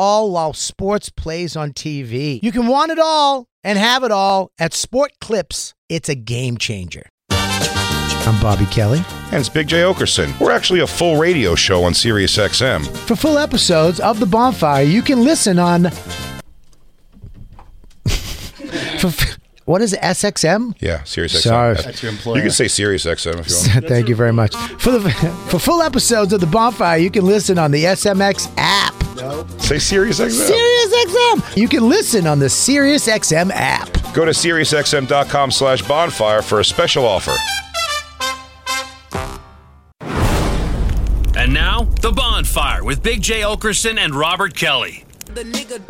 all while sports plays on TV. You can want it all and have it all at Sport Clips. It's a game changer. I'm Bobby Kelly. And it's Big J. Okerson. We're actually a full radio show on Sirius XM. For full episodes of The Bonfire, you can listen on. For, what is it, SXM? Yeah, Sirius XM. Sorry. That's your employer. You can say Sirius XM if you want. Thank you very much. For the for full episodes of The Bonfire, you can listen on the SMX app. say Sirius XM. SiriusXM. You can listen on the SiriusXM app. Go to SiriusXM.com slash bonfire for a special offer. And now, The Bonfire with Big J. Okerson and Robert Kelly.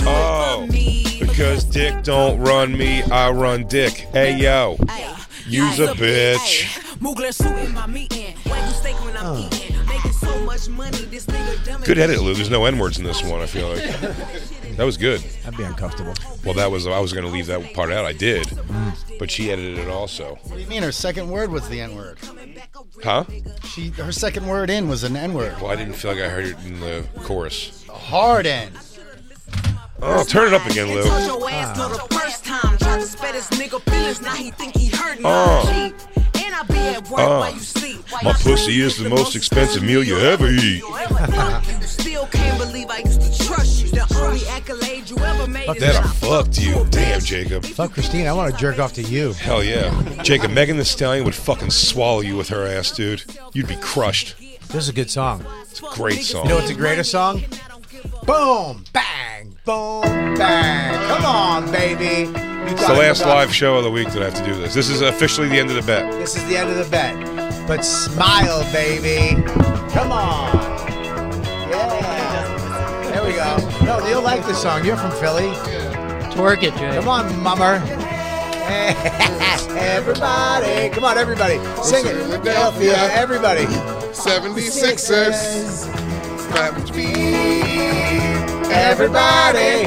Oh, because dick don't run me, I run dick. Hey, yo. Use a bitch. Good edit, Lou. There's no N words in this one, I feel like. That was good. I'd be uncomfortable. Well, that was, I was going to leave that part out. I did. Mm. But she edited it also. What do you mean? Her second word was the N word. Huh? She her second word in was an N word. Well, I didn't feel like I heard it in the chorus. A hard N. Oh, turn it up again, Lou. Oh. Oh. My pussy is the most expensive meal you ever eat. That I fucked you. Damn, Jacob. Fuck Christine, I want to jerk off to you. Hell yeah. Jacob, Megan the Stallion would fucking swallow you with her ass, dude. You'd be crushed. This is a good song. It's a great song. You know what's a greater song? Boom, bang, boom, bang. Come on, baby. it's the last live show of the week that I have to do this. This is officially the end of the bet. This is the end of the bet. But smile, baby. Come on. Yeah. There we go. No, you'll like this song. You're from Philly. Twerk it, Jay. Come on, mummer. everybody. Come on, everybody. Sing it. Philadelphia. Everybody. 76ers. That would be Everybody.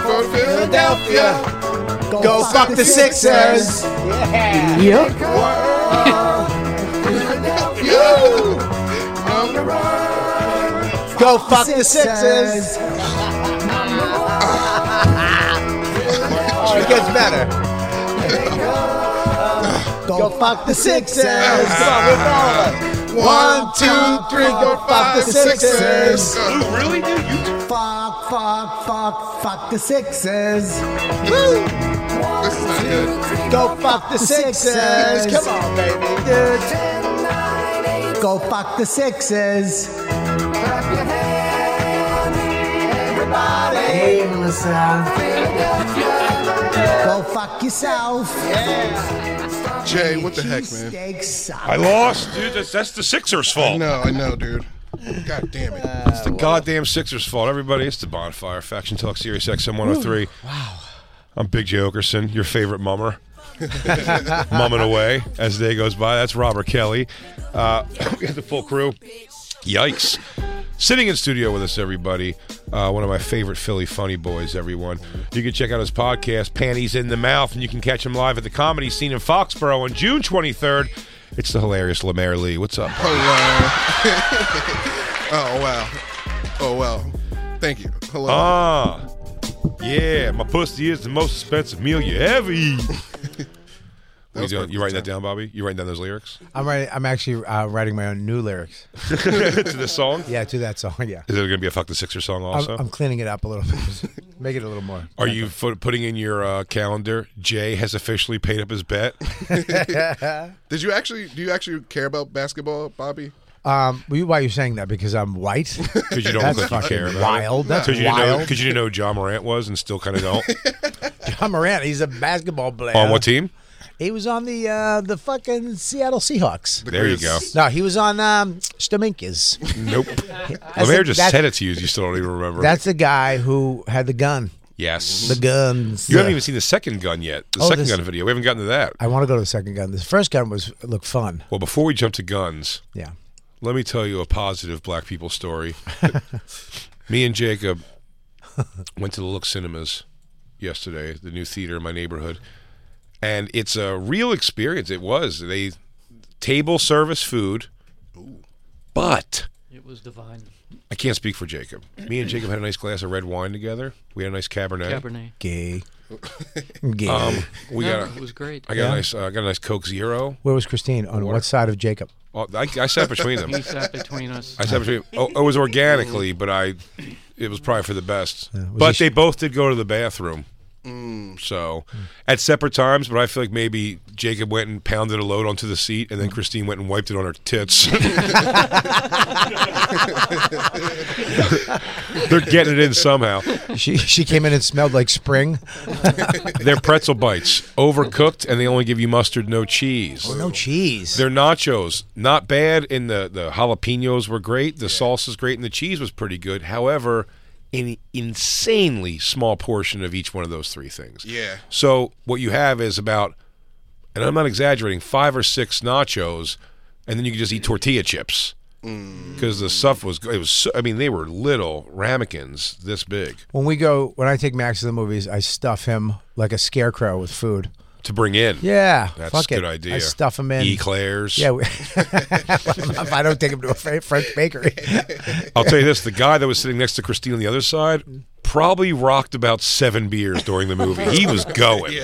for Philadelphia. Go, fuck, the Sixers. Yeah. Yep. You on the run. Go fuck the Sixers. oh, it gets better. Go fuck the Sixers. Come on, we're following. One, two, three, go fuck the Sixers. Lou, really, dude? You Fuck, fuck, fuck, fuck the Sixers. This is not good. Go fuck the Sixers. Come on, baby. Dude. Go fuck the Sixers. Everybody. Go fuck yourself. Jay, what the heck, man? Steaks. I lost, dude. That's, that's the Sixers' fault. No, I know, dude. God damn it. It's the goddamn Sixers' fault. Everybody, it's the bonfire. Faction Talk Series XM 103. Wow. oh I'm Big J. Okerson, your favorite mummer. Mumming away as the day goes by. That's Robert Kelly. Uh, we got the full crew. Yikes. Sitting in studio with us, everybody. Uh, one of my favorite Philly funny boys, everyone. You can check out his podcast, Panties in the Mouth, and you can catch him live at the comedy scene in Foxborough on June 23rd. It's the hilarious Lemaire Lee. What's up? Hello. oh, wow. Oh, wow. Thank you. Hello. Ah, yeah, my pussy is the most expensive meal you ever eat. What are you, was doing? perfect you writing that down, Bobby? You writing down those lyrics I'm writing, I'm actually uh, writing my own new lyrics. to this song? Yeah, to that song. Yeah. Is there going to be a "Fuck the Sixer" song I'm, also? I'm cleaning it up a little bit. Make it a little more. are you fo- putting in your uh, calendar? Jay has officially paid up his bet. Did you actually, do you actually care about basketball, Bobby? Um, well, you- why are you saying that? Because I'm white. Because you don't That's look like fucking you care about wild. it. That's Because you didn't know wild. because you didn't know who John Morant was and still kind of don't. John Morant, he's a basketball player. On what team? He was on the uh, the fucking Seattle Seahawks. There you go. Grizz. No, he was on um, Staminkas. Nope. Lemaire just that's- said it to you. You still don't even remember. That's the guy who had the gun. yes. The guns. you Uh, haven't even seen the second gun yet. The Oh, second this- gun video. We haven't gotten to that. I want to go to the second gun. The first gun was looked fun. Well, before we jump to guns, Yeah. let me tell you a positive black people story. me and Jacob went to the Look Cinemas yesterday, the new theater in my neighborhood, and it's a real experience. It was they table service food, but It was divine. I can't speak for Jacob. Me and Jacob had a nice glass of red wine together. We had a nice Cabernet. Cabernet. Gay. Gay. Um, we No, got. it A, was great. I got a nice. Uh, I got a nice Coke Zero. Where was Christine? On what side of Jacob? Oh, I, I sat between them. He sat between us. I said between, oh, it was organically, but I, it was probably for the best. was but it sh- they both did go to the bathroom, so at separate times. But I feel like maybe Jacob went and pounded a load onto the seat, and then Christine went and wiped it on her tits. They're getting it in somehow. She she came in and smelled like spring. They're pretzel bites, overcooked, and they only give you mustard, no cheese. No cheese. Their nachos, not bad. In the the jalapenos were great. The sauce is great, and the cheese was pretty good. However, an insanely small portion of each one of those three things. Yeah. So what you have is about, and I'm not exaggerating, five or six nachos, and then you can just eat tortilla chips because the stuff was it was. So, I mean, they were little ramekins this big When we go, when I take Max to the movies, I stuff him like a scarecrow with food. to bring in. Yeah, That's fuck a it. good idea. I stuff him in. Eclairs. Yeah, we, if I don't take him to a Fre- French bakery, I'll tell you this: the guy that was sitting next to Christine on the other side probably rocked about seven beers during the movie. He was going,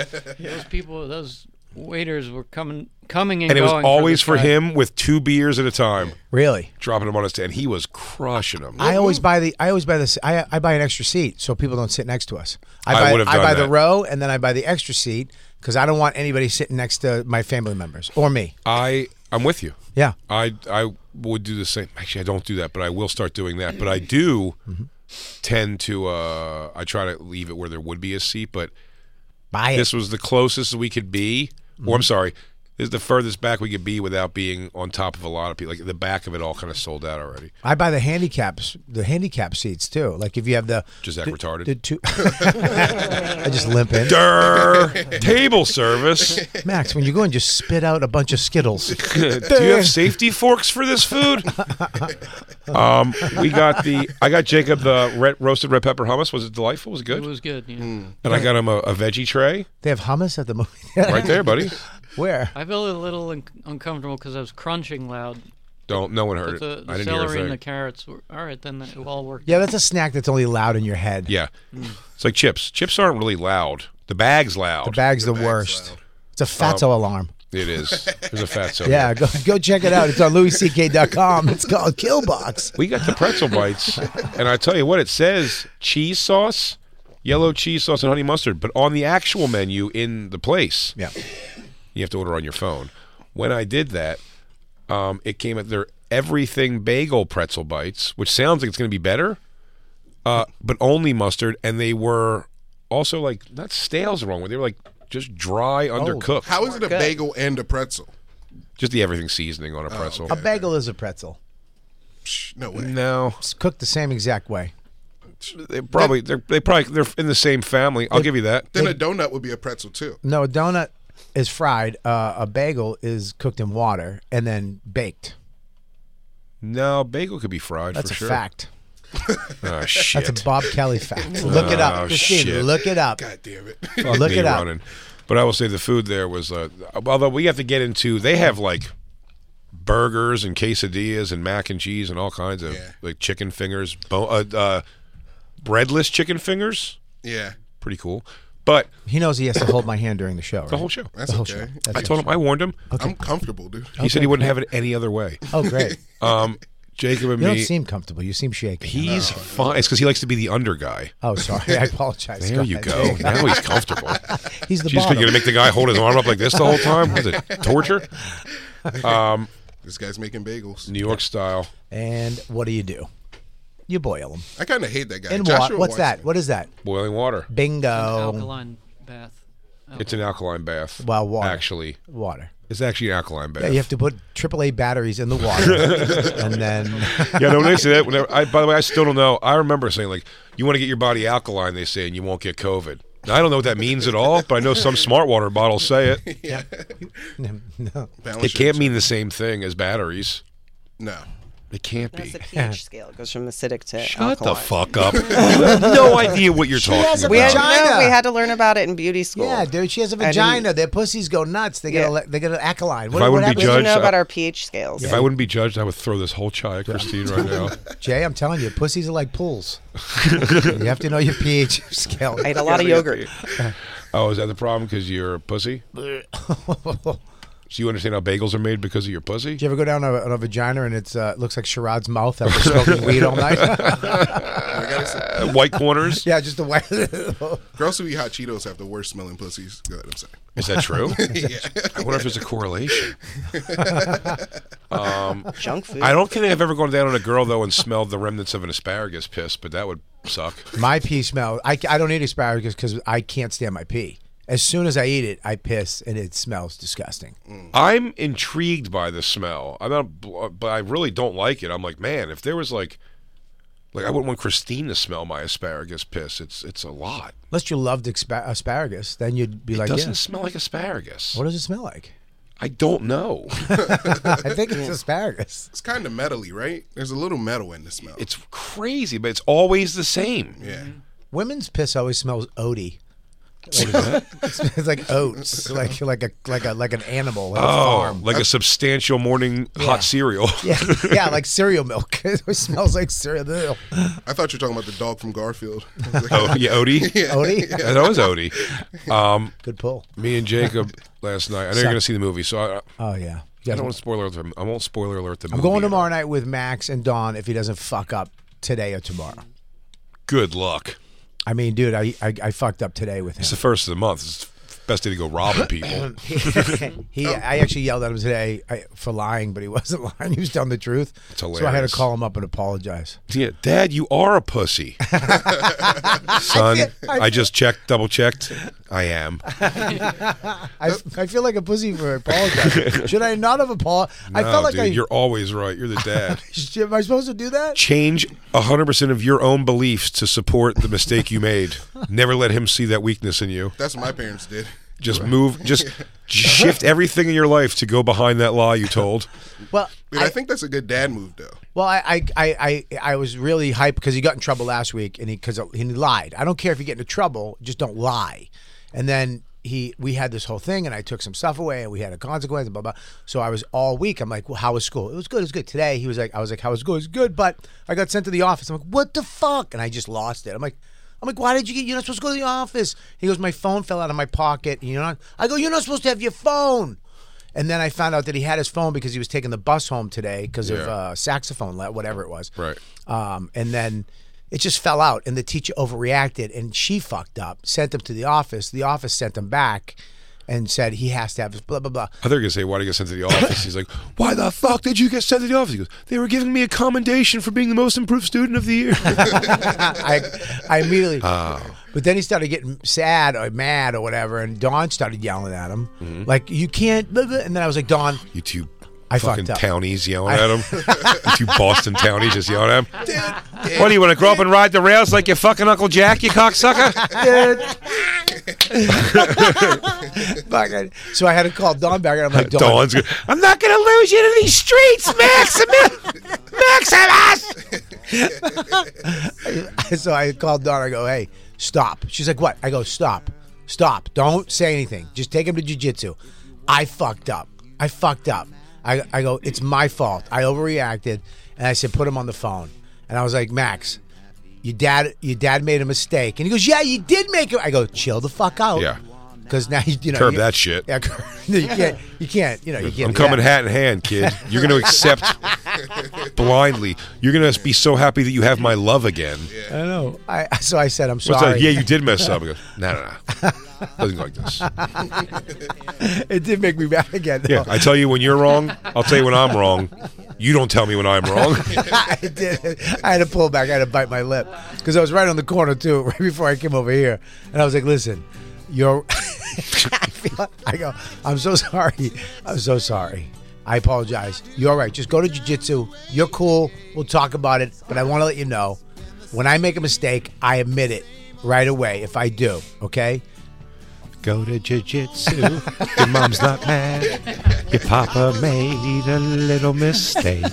Those people, those waiters were coming, coming and, and it was going always this for guy. him with two beers at a time, really. dropping them on his and he was crushing them. I always buy the. I always buy this. I I buy an extra seat so people don't sit next to us. I I buy would've done buy the that. row and then I buy the extra seat because I don't want anybody sitting next to my family members or me. I I'm with you. Yeah. I I would do the same. Actually, I don't do that, but I will start doing that. But I do tend to. uh I try to leave it where there would be a seat, but Buy it. this was the closest we could be. Or I'm sorry, this is the furthest back we could be without being on top of a lot of people. Like the back of it all kind of sold out already. I buy the handicaps, the handicap seats too. Like if you have the Just act the- retarded. the two- I just limp in. Durr, table service. Max, when you go and just spit out a bunch of Skittles. Do you have safety forks for this food? um, we got the. I got Jacob the red, roasted red pepper hummus. Was it delightful? Was it It good? was good. Yeah. and I got him a, a veggie tray They have hummus at the movie. right there, buddy. Where? I felt a little un- uncomfortable because I was crunching loud. Don't. No one heard But it. the, I didn't hear the a celery thing. and the carrots were all right. Then it all worked. Yeah, that's a snack that's only loud in your head. yeah, Mm. it's like chips. Chips aren't really loud. The bag's The loud. bag's the, worst. It's a fatso Um, alarm. it is. There's a fat so Yeah, go go check it out. It's on louisck.com. It's called Killbox. We got the pretzel bites, and I tell you what, it says cheese sauce, yellow cheese sauce, and honey mustard. But on the actual menu in the place, Yeah. you have to order on your phone. When I did that, um, it came at their everything bagel pretzel bites, which sounds like it's going to be better, uh, but only mustard, and they were also like not stale's the wrong word. They were like just dry, Oh. undercooked. How is it a bagel and a pretzel? just the everything seasoning on a pretzel. A bagel is a pretzel. Psh, No way. No, It's cooked the same exact way. they probably they're, they probably they're in the same family. I'll give you that. Then a donut would be a pretzel too. No, a donut is fried. Uh, a bagel is cooked in water and then baked. No, bagel could be fried That's for a sure. fact. Oh, shit. That's a Bob Kelly fact. Look it up, Oh, Christine. shit. Look it up. God damn it. Look me it up. running. But I will say the food there was, uh, although we have to get into, they have like burgers and quesadillas and mac and cheese and all kinds of Yeah. like chicken fingers, bo- uh, uh, breadless chicken fingers. yeah. Pretty cool. But He knows he has to hold my hand during the show. the whole show. That's whole okay. show. That's I told him, I warned him. I'm comfortable, dude. He said he wouldn't have it any other way. Oh, great. Um, Jacob and You don't me, seem comfortable. You seem shaky. he's fine. It's because he likes to be the under guy. oh, sorry. I apologize. There you go. ahead. Now he's comfortable. He's the She's bottom. going to make the guy hold his arm up like this the whole time? Was it torture? Um, This guy's making bagels. New York style. And what do you do? You boil them. I kind of hate that guy. In Joshua what? What's that? Watson. What is that? Boiling water. Bingo. Alkaline bath. It's an alkaline bath. Well, water. Actually, Water. it's actually an alkaline bath. You have to put AAA batteries in the water, and then yeah, no, when they say that, whenever, I, by the way, I still don't know. I remember saying like, you want to get your body alkaline, they say, and you won't get COVID. Now, I don't know what that means at all, but I know some smart water bottles say it. no. Balance It your- can't mean the same thing as batteries. No. It can't be. That's the pH scale. It goes from acidic to Shut the alkaline. fuck up. you have no idea what you're talking has a about. We had, Vagina. no, we had to learn about it in beauty school. Yeah, dude, she has a didn't- vagina. Their pussies go nuts. They get Yeah. a, they get an alkaline. What, I what wouldn't We be had to happens- Judge, know about uh, our pH scales. if I wouldn't be judged, I would throw this whole chai at Christine right now. Jay, I'm telling you, pussies are like pools. you have to know your pH scale. I ate a lot of yogurt. Oh, is that the problem? Because you're a pussy? So you understand how bagels are made because of your pussy? Did you ever go down on a, on a vagina and it's uh, looks like Sherrod's mouth after smoking weed all night? I gotta say, Uh, White corners? yeah, just the way. girls who eat hot Cheetos have the worst smelling pussies. Go ahead, I'm sorry. Is that true? I wonder if there's a correlation. Junk food. Um, I don't think I've ever gone down on a girl though and smelled the remnants of an asparagus piss, but that would suck. my pee smells. I, I don't eat asparagus because I can't stand my pee. As soon as I eat it, I piss and it smells disgusting. I'm intrigued by the smell. I'm not, but I really don't like it. I'm like, man, if there was like, like I wouldn't want Christine to smell my asparagus piss. It's it's a lot. Unless you loved expa- asparagus, then you'd be It like, doesn't yeah. smell like asparagus. What does it smell like? I don't know. I think it's asparagus. It's kind of metally, right? There's a little metal in the smell. it's crazy, but it's always the same. yeah. Women's piss always smells oaty. it's, it's like oats, like like a like a like an animal like a Oh, farm. like a substantial morning hot cereal. Yeah, yeah, like cereal milk. it always smells like cereal milk. I thought you were talking about the dog from Garfield. Oh, yeah, Odie. yeah. Oaty, That was Odie. Um, good pull. me and Jacob last night. I know you're going to see the movie, so I, Oh yeah, I don't want to spoiler alert. the- I won't spoiler alert the movie. I'm going either. tomorrow night with Max and Dawn if he doesn't fuck up today or tomorrow. Good luck. I mean, dude, I I, I fucked up today with him. It's the first of the month. It's the best day to go robbing people. He, I actually yelled at him today I, for lying, but he wasn't lying. He was telling the truth. It's So I had hilarious. to call him up and apologize. Yeah, Dad, you are a pussy. Son, I, just checked, double checked. I am. I, I feel like a pussy for apologizing. Should I not have apologized? I No, felt like Oh, dude, I. you're always right. You're the dad. Sh- Am I supposed to do that? Change 100% of your own beliefs to support the mistake you made. Never let him see that weakness in you. That's what my parents did. Just move, just shift everything in your life to go behind that lie you told. Well, Dude, I, think that's a good dad move, though. well, I, I, I, I, I was really hyped because he got in trouble last week, and he because he lied. I don't care if you get into trouble, just don't lie. And then he, we had this whole thing, and I took some stuff away, and we had a consequence, and blah blah. So I was all week. I'm like, well, how was school? It was good. It was good today. He was like, I was like, how was school? It was good, but I got sent to the office. I'm like, what the fuck? And I just lost it. I'm like. I'm like, why did you get? You're not supposed to go to the office. He goes, my phone fell out of my pocket. You know, I go, you're not supposed to have your phone. And then I found out that he had his phone because he was taking the bus home today because of uh, saxophone, le- whatever it was. Right. Um, and then it just fell out, and the teacher overreacted, and she fucked up, sent him to the office. The office sent him back and said he has to have his blah, blah, blah. I thought you were gonna say, "Why did you get sent to the office?" He's like, "Why the fuck did you get sent to the office?" He goes, "They were giving me a commendation for being the most improved student of the year." I, I immediately. But then he started getting sad or mad or whatever, and Dawn started yelling at him, like, you can't. Blah, blah. And then I was like, Dawn, you two I fucking fucked up. townies yelling at him. you two Boston townies just yelling at him. what do you want to grow up and ride the rails like your fucking Uncle Jack, you cocksucker? fucking. So I had to call Dawn back, and I'm like, Dawn. Dawn's. Go- I'm not gonna lose you to these streets, Maximus. Maximus. so I called Dawn. I go, hey, stop. She's like, what? I go, stop, stop. Don't say anything. Just take him to jujitsu. I fucked up. I fucked up. I, I go, it's my fault. I overreacted, and I said, put him on the phone. And I was like, Max, your dad, your dad made a mistake. And he goes, yeah, you did make it. I go, chill the fuck out. Yeah. Because now you, you know Curb you- that shit. Yeah, curb- you can't. You can't. You know you can't. I'm do that. coming hat in hand, kid. You're gonna accept blindly. You're gonna be so happy that you have my love again. I know. I so I said, I'm sorry. What's that? Yeah, you did mess up. He goes, no, no, no. Doesn't go like this. It did make me mad again. Though. Yeah, I tell you when you're wrong. I'll tell you when I'm wrong. You don't tell me when I'm wrong. I did. I had to pull back. I had to bite my lip because I was right on the corner too, right before I came over here, and I was like, "Listen, you're." I, feel, I go. I'm so sorry. I'm so sorry. I apologize. You're all right. Just go to jujitsu. You're cool. We'll talk about it. But I want to let you know, when I make a mistake, I admit it right away. If I do, okay. Go to jiu-jitsu. Your mom's not mad. Your papa made a little mistake.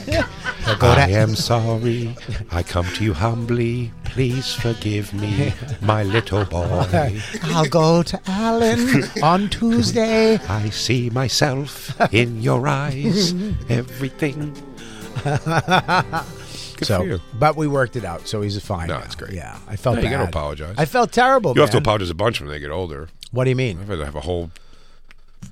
I am sorry. I come to you humbly. Please forgive me, my little boy. I'll go to Allen on Tuesday. I see myself in your eyes. Everything. Good so, for you. but we worked it out. So he's fine. No, now. that's great. Yeah, I felt No, bad. you gotta apologize. I felt terrible. You have to man. apologize a bunch when they get older. What do you mean? I've had to have a whole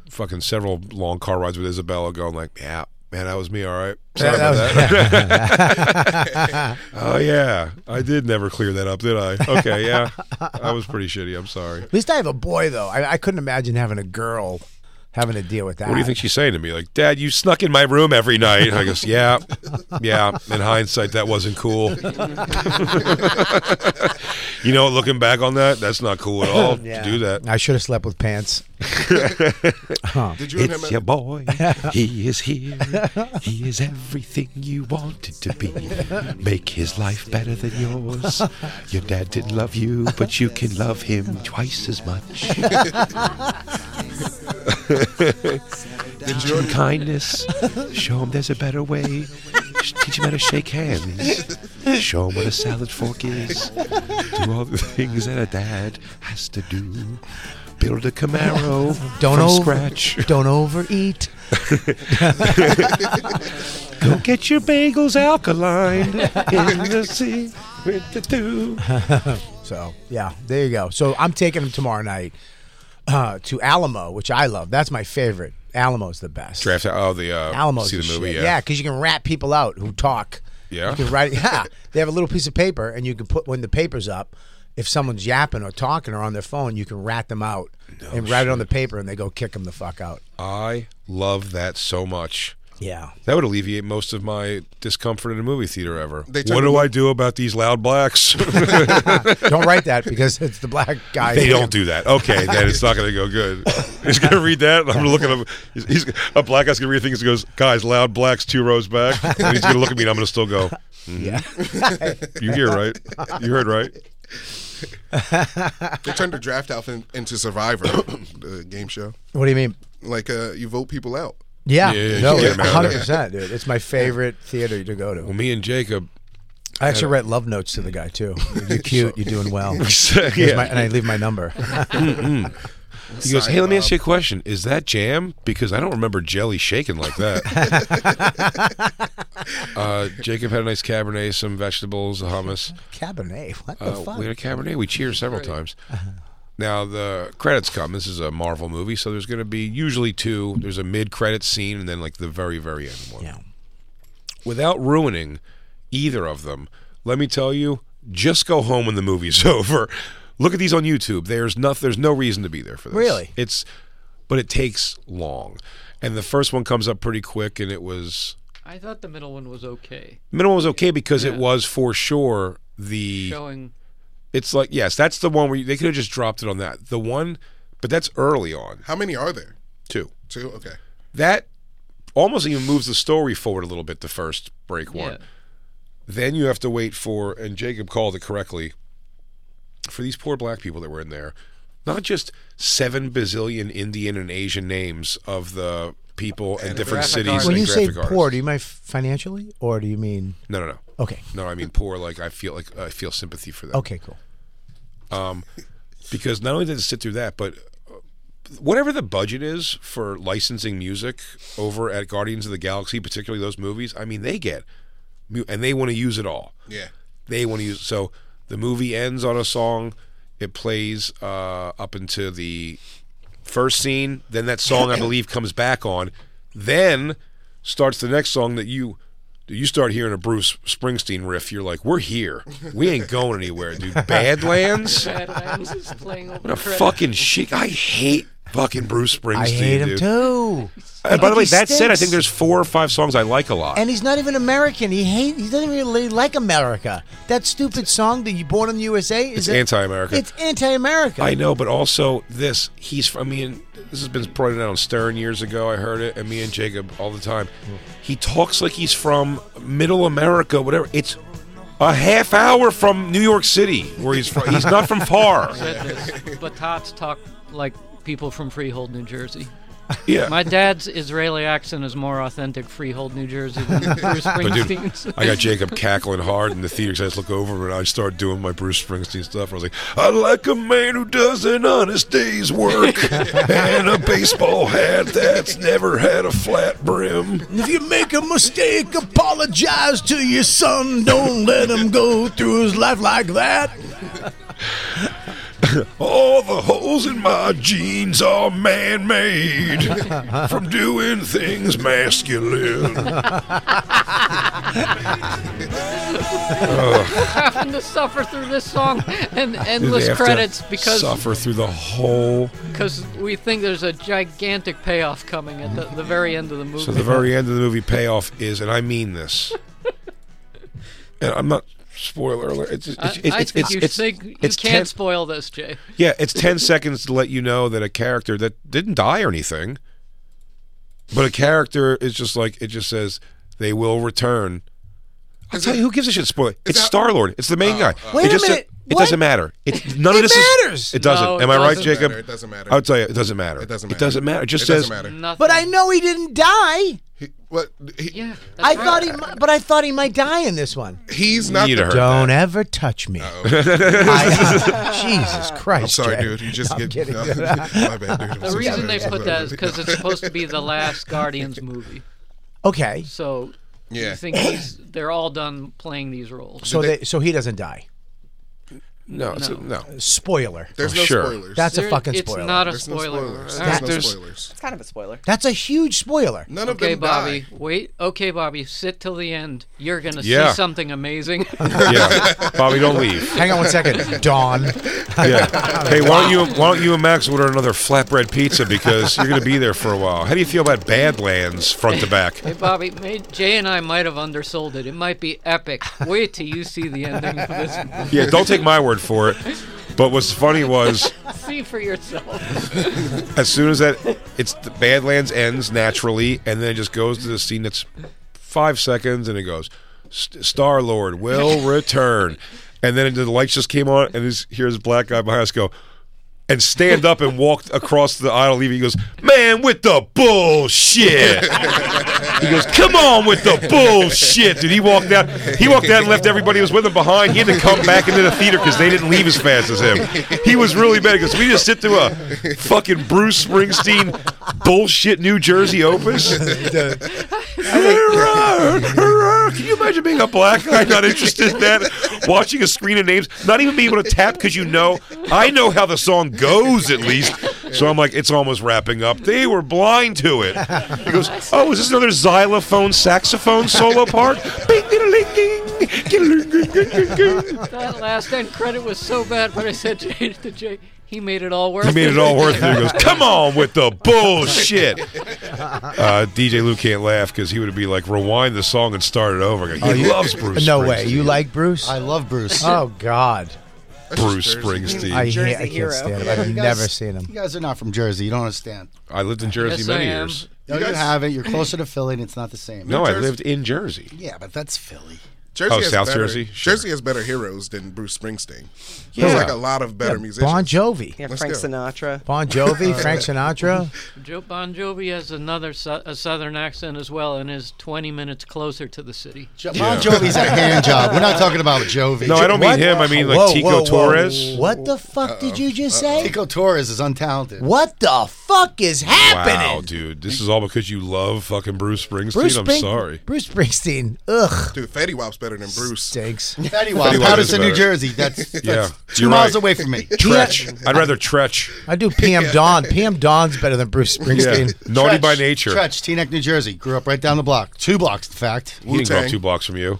fucking several long car rides with Isabella going like, yeah, man, that was me, all right. Sorry Yeah, about that." oh yeah, I did never clear that up, did I? Okay, yeah, I was pretty shitty. I'm sorry. At least I have a boy, though. I, I couldn't imagine having a girl having to deal with that. What do you think she's saying to me? Like, Dad, you snuck in my room every night. I guess, yeah, yeah. In hindsight, that wasn't cool. you know, looking back on that, that's not cool at all Yeah. to do that. I should have slept with pants. Did you and him? Uh, It's your boy. He is here. He is everything you wanted to be. Make his life better than yours. Your dad didn't love you, but you can love him twice as much. Teach him kindness. Show him there's a better way. Sh- Teach him how to shake hands. Show him what a salad fork is. Do all the things that a dad has to do. Build a Camaro Don't from over, scratch. Don't overeat. Go get your bagels alkaline in the sea with the two. So yeah, there you go. So I'm taking him tomorrow night uh, to Alamo, which I love. That's my favorite. Alamo's the best. Draft out oh, the uh, Alamo's see the the movie, shit. yeah. because you can rat people out who talk. Yeah? you can write. Yeah, they have a little piece of paper, and you can put when the paper's up. If someone's yapping or talking or on their phone, you can rat them out and write it on the paper, and they go kick them the fuck out. I love that so much. Yeah, That would alleviate most of my discomfort in a movie theater ever. They what turn do the- I do about these loud blacks? don't write that because it's the black guy. they don't do that. Okay, then it's not going to go good. He's going to read that. And I'm going to look at him. He's, he's, a black guy's going to read things. He goes, guys, loud blacks two rows back. And he's going to look at me and I'm going to still go, Yeah, you hear right? You heard right? They turned the draft out in, into Survivor, the game show. what do you mean? Like uh, you vote people out. Yeah, Yeah, yeah, no, you get 'em out of hundred there. percent, dude. It's my favorite theater to go Well, to. me and Jacob. I Uh, actually write love notes to the guy too. You're cute. You're doing well. Here's yeah. my- and I leave my number. He goes, hey, let me ask you a question. Is that jam? Because I don't remember jelly shaking like that. uh, Jacob had a nice Cabernet, some vegetables, a hummus. Cabernet. What the Uh, fuck? we had a Cabernet. We cheered several times. Now the credits come. This is a Marvel movie, so there's going to be usually two. There's a mid-credit scene, and then like the very, very end one. Yeah. Without ruining either of them, let me tell you, just go home when the movie's over. Look at these on YouTube. There's nothing. There's no reason to be there for this. Really? It's, but it takes long, and the first one comes up pretty quick, and it was I thought the middle one was okay. middle one was okay because it was for sure the Showing it's like yes, that's the one where you, they could have just dropped it on that. The one, but that's early on How many are there? too. Two. Okay. That almost even moves the story forward a little bit. The first break one, yeah, then you have to wait for and Jacob called it correctly for these poor black people that were in there. Not just seven bazillion Indian and Asian names of the people and different graphic cities. artist. and when you say graphic poor, artists. do you mean financially, or do you mean? no, no, no, Okay. no. I mean poor. Like I feel like I feel sympathy for them. Okay. Cool. because not only did it sit through that, but uh, whatever the budget is for licensing music over at Guardians of the Galaxy, particularly those movies, I mean, they get mu- and they want to use it all. Yeah. They want to use so the movie ends on a song. It plays uh, up into the first scene. Then that song, I believe, comes back on. Then starts the next song that you Dude, you start hearing a Bruce Springsteen riff, you're like, we're here. We ain't going anywhere, dude. Badlands? what Badlands is playing over a credit. fucking shit. I hate fucking Bruce Springsteen, I hate him dude. Uh, too. And by the He way, that said, I stinks. think there's four or five songs I like a lot. And he's not even American. He hate. He doesn't really like America. That stupid song that you born in the USA is It's a- anti-American. It's anti-America. I know, but also this. He's. I mean, this has been pointed out on Stern years ago. I heard it, and me and Jacob all the time. He talks like he's from Middle America, whatever. It's a half hour from New York City, where he's from. He's not from far. Said this, but tots talk like people from Freehold, New Jersey. Yeah. My dad's Israeli accent is more authentic Freehold, New Jersey than Bruce But dude, Springsteen's. I got Jacob cackling hard in the theater 'cause I just look over him and I start doing my Bruce Springsteen stuff. I was like, I like a man who does an honest day's work and a baseball hat that's never had a flat brim. If you make a mistake, apologize to your son. Don't let him go through his life like that. All the holes in my jeans are man made from doing things masculine. having to suffer through this song and Dude, they endless have to credits because suffer through the whole because we think there's a gigantic payoff coming at the, the very end of the movie. So the very end of the movie payoff is, and I mean this, and I'm not spoiler alert. It's it's I, it's I it's, think it's, you, it's, think you it's can't ten, spoil this, Jay. yeah, it's ten seconds to let you know that a character that didn't die or anything, but a character is just like it just says they will return. I'll tell you who gives a shit spoiler. It's that- Oh, Star Lord. It's the main guy. Wait it a just minute, It what? doesn't matter. It, none It of this is- matters. it doesn't. No, Am it I right, doesn't Jacob? matter. It doesn't matter. I'll tell you, it doesn't matter. It doesn't matter. It doesn't matter. It just It says doesn't matter. Nothing. But I know he didn't die. He, what, he, yeah, I that's right. thought he, mi- but I thought he might die in this one. He's not Need the her. Don't ever touch me. I- Jesus Christ! I'm sorry, Jay. dude. You just I'm get kidding. no, my bad, dude. I'm The so reason sorry. they put that is because it's supposed to be the last Guardians movie. Okay, So I yeah. think he's, they're all done playing these roles. so they, so he doesn't die. no, it's- no. Spoiler. There's Oh, no sure. spoilers. That's a There- fucking it's spoiler. not a There's no spoiler. All spoilers. right. There's no There's- spoilers. It's kind of a spoiler. That's a huge spoiler. None of Okay, them Bobby. die. Wait. Okay, Bobby. Sit till the end. You're gonna Yeah. see something amazing. Yeah, Bobby, don't leave. Hang on one second, Dawn. Yeah. Hey, why don't you why don't you and Max order another flatbread pizza because you're gonna be there for a while. How do you feel about Badlands front to back? Hey, Bobby, may, Jay and I might have undersold it. It might be epic. Wait till you see the ending of this. movie. Yeah, don't take my word for it. But what's funny was See for yourself. as soon as that it's the Badlands ends naturally, and then it just goes to the scene that's five seconds, and it goes Star Lord will return, and then the lights just came on, and this, here's a black guy behind us go. And stand up and walk across the aisle, leaving. He goes, "Man, with the bullshit." he goes, "Come on with the bullshit, dude." He walked out. He walked out and left everybody who was with him behind. He had to come back into the theater because they didn't leave as fast as him. He was really bad because we just sit through a fucking Bruce Springsteen bullshit New Jersey opus. Hurrah! Hurrah! Can you imagine being a black guy not interested in that? Watching a screen of names, not even being able to tap because you know I know how the song goes at least. So I'm like, it's almost wrapping up. They were blind to it. He goes, oh, is this another xylophone saxophone solo part? Bing, diddling, ding, diddling, ding, ding, ding, ding. That last end credit was so bad, but I said Jay to Jay, he made it all worth He made it. it all worth it. He goes, come on with the bullshit. Uh, DJ Lou can't laugh because he would be like, rewind the song and start it over. again. He loves Bruce. No way. You Springsteen. like Bruce? I love Bruce. oh God. Bruce Jersey. Springsteen. I, hate, I, I Jersey can't hero. stand him. Yeah, I've you guys- never seen You him. guys are not from Jersey. You don't understand. lived in Jersey Yes, I many am. years. No, you, haven't. You're closer to Philly, and it's not the same. No, I Jersey- lived in Jersey. Yeah, but that's Philly. Jersey Oh, has South better- Jersey? Sure. Jersey has better heroes than Bruce Springsteen. Yeah. There's like a lot of better musicians. Bon Jovi. Yeah, Let's Frank go. Sinatra. Bon Jovi, Frank Sinatra. Joe Bon Jovi has another sou- a southern accent as well, and is 20 minutes closer to the city. Jo- Bon Jovi's a hand job. We're not talking about Jovi. No, I don't What? mean him. I mean like Whoa, Tico whoa, whoa. Torres. What the fuck did you just say? Tico Torres is untalented. What the fuck is happening? Wow, dude, this is all because you love fucking Bruce Springsteen. Bruce I'm Spring- sorry. Bruce Springsteen. Ugh. Dude, Fetty Wap's better than Bruce. Stinks. Fetty Wap, Fetty Wap is Patterson, New better. Jersey. That's, that's Yeah, two you're miles right. away from me. Tretch. I'd rather Tretch. I do PM Dawn. PM Dawn's better than Bruce Yeah. Springsteen. Naughty Tretch, by nature. Tretch, Teaneck, New Jersey. Grew up right down the block. Two blocks, in fact. He didn't grow up Wu-Tang. two blocks from you.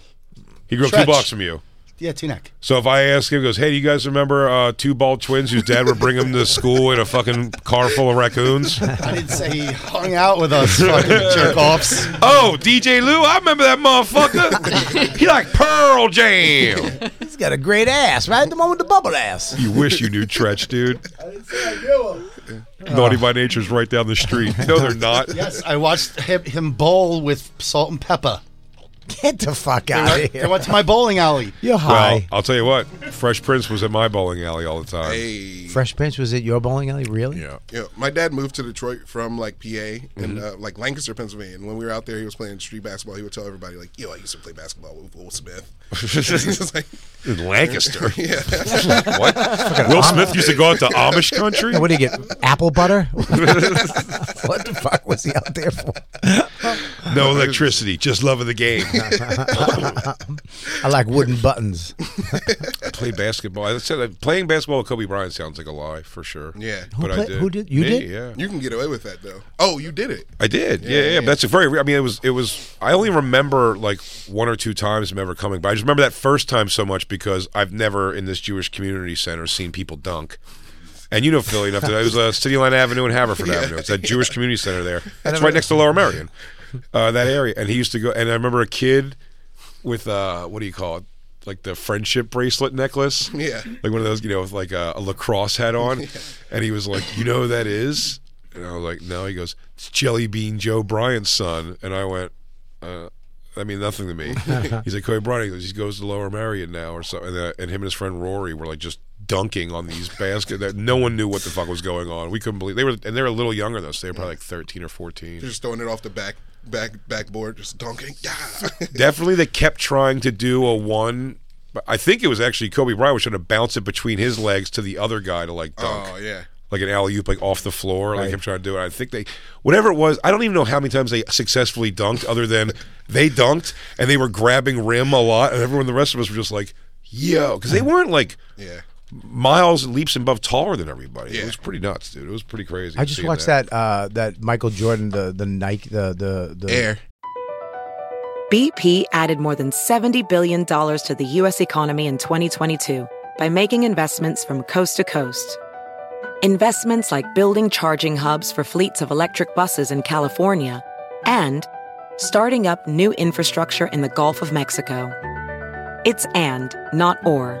He grew up Tretch. two blocks from you. Yeah, Teaneck. So if I ask him, he goes, hey, do you guys remember uh, two bald twins whose dad would bring them to school in a fucking car full of raccoons? I didn't say he hung out with us, fucking jerk offs. Oh, DJ Lou, I remember that motherfucker. he like Pearl Jam. He's got a great ass, right? The one with the bubble ass. You wish you knew Tretch, dude. Naughty by Nature's right down the street. No, they're not. Yes, I watched him, him bowl with salt and pepper. Get the fuck out of I here. went to my bowling alley. You're Well, high. I'll tell you what. Fresh Prince was at my bowling alley all the time. Hey. Fresh Prince was at your bowling alley, really? Yeah. Yeah, my dad moved to Detroit from like PA Mm-hmm. and uh, like Lancaster, Pennsylvania. And when we were out there, he was playing street basketball. He would tell everybody like, "Yo, I used to play basketball with Will Smith." It's just like, In Lancaster. yeah, what? Will Smith used to go out to Amish country? What do you get? Apple butter? what the fuck was he out there for? No electricity, just love of the game. I like wooden buttons. Play basketball. I said that playing basketball with Kobe Bryant sounds like a lie for sure. Yeah. Who but I play- did. who did- you Me, did? Yeah, you can get away with that though. Oh, you did it. I did. Yeah, yeah. yeah. But that's a very. I mean, it was. It was. I only remember like one or two times remember coming, but I just remember that first time so much because I've never in this Jewish community center seen people dunk. And you know Philly enough that it was uh, City Line Avenue and Haverford Avenue. It's that Jewish community center there. It's right next to Lower Merion, uh, that area. And he used to go. And I remember a kid with uh, what do you call it? Like the friendship bracelet necklace. Yeah. Like one of those, you know, with like a, a lacrosse hat on. And he was like, You know who that is? And I was like, No. He goes, It's Jelly Bean Joe Bryant's son. And I went, uh, That means nothing to me. He's like, Kobe Bryant. He goes, He goes to Lower Marion now or something. And, uh, and him and his friend Rory were like just dunking on these baskets that no one knew what the fuck was going on. We couldn't believe they were, and they were a little younger than us. They were probably like 13 or 14. You're just throwing it off the back, back, backboard, just dunking. Yeah. Definitely, they kept trying to do a one. But I think it was actually Kobe Bryant was trying to bounce it between his legs to the other guy to like dunk, oh yeah. like an alley oop, like off the floor. Like him trying to do it. I think they, whatever it was, I don't even know how many times they successfully dunked, other than they dunked and they were grabbing rim a lot, and everyone, the rest of us were just like, yo, because they weren't like. Yeah. Miles and leaps and bounds taller than everybody. It Yeah. was pretty nuts, dude. It was pretty crazy. I just seeing watched that uh, that Michael Jordan the the Nike the the, the Air. BP added more than $70 billion to the U.S. economy in 2022 by making investments from coast to coast. Investments like building charging hubs for fleets of electric buses in California and starting up new infrastructure in the Gulf of Mexico. It's and, not or.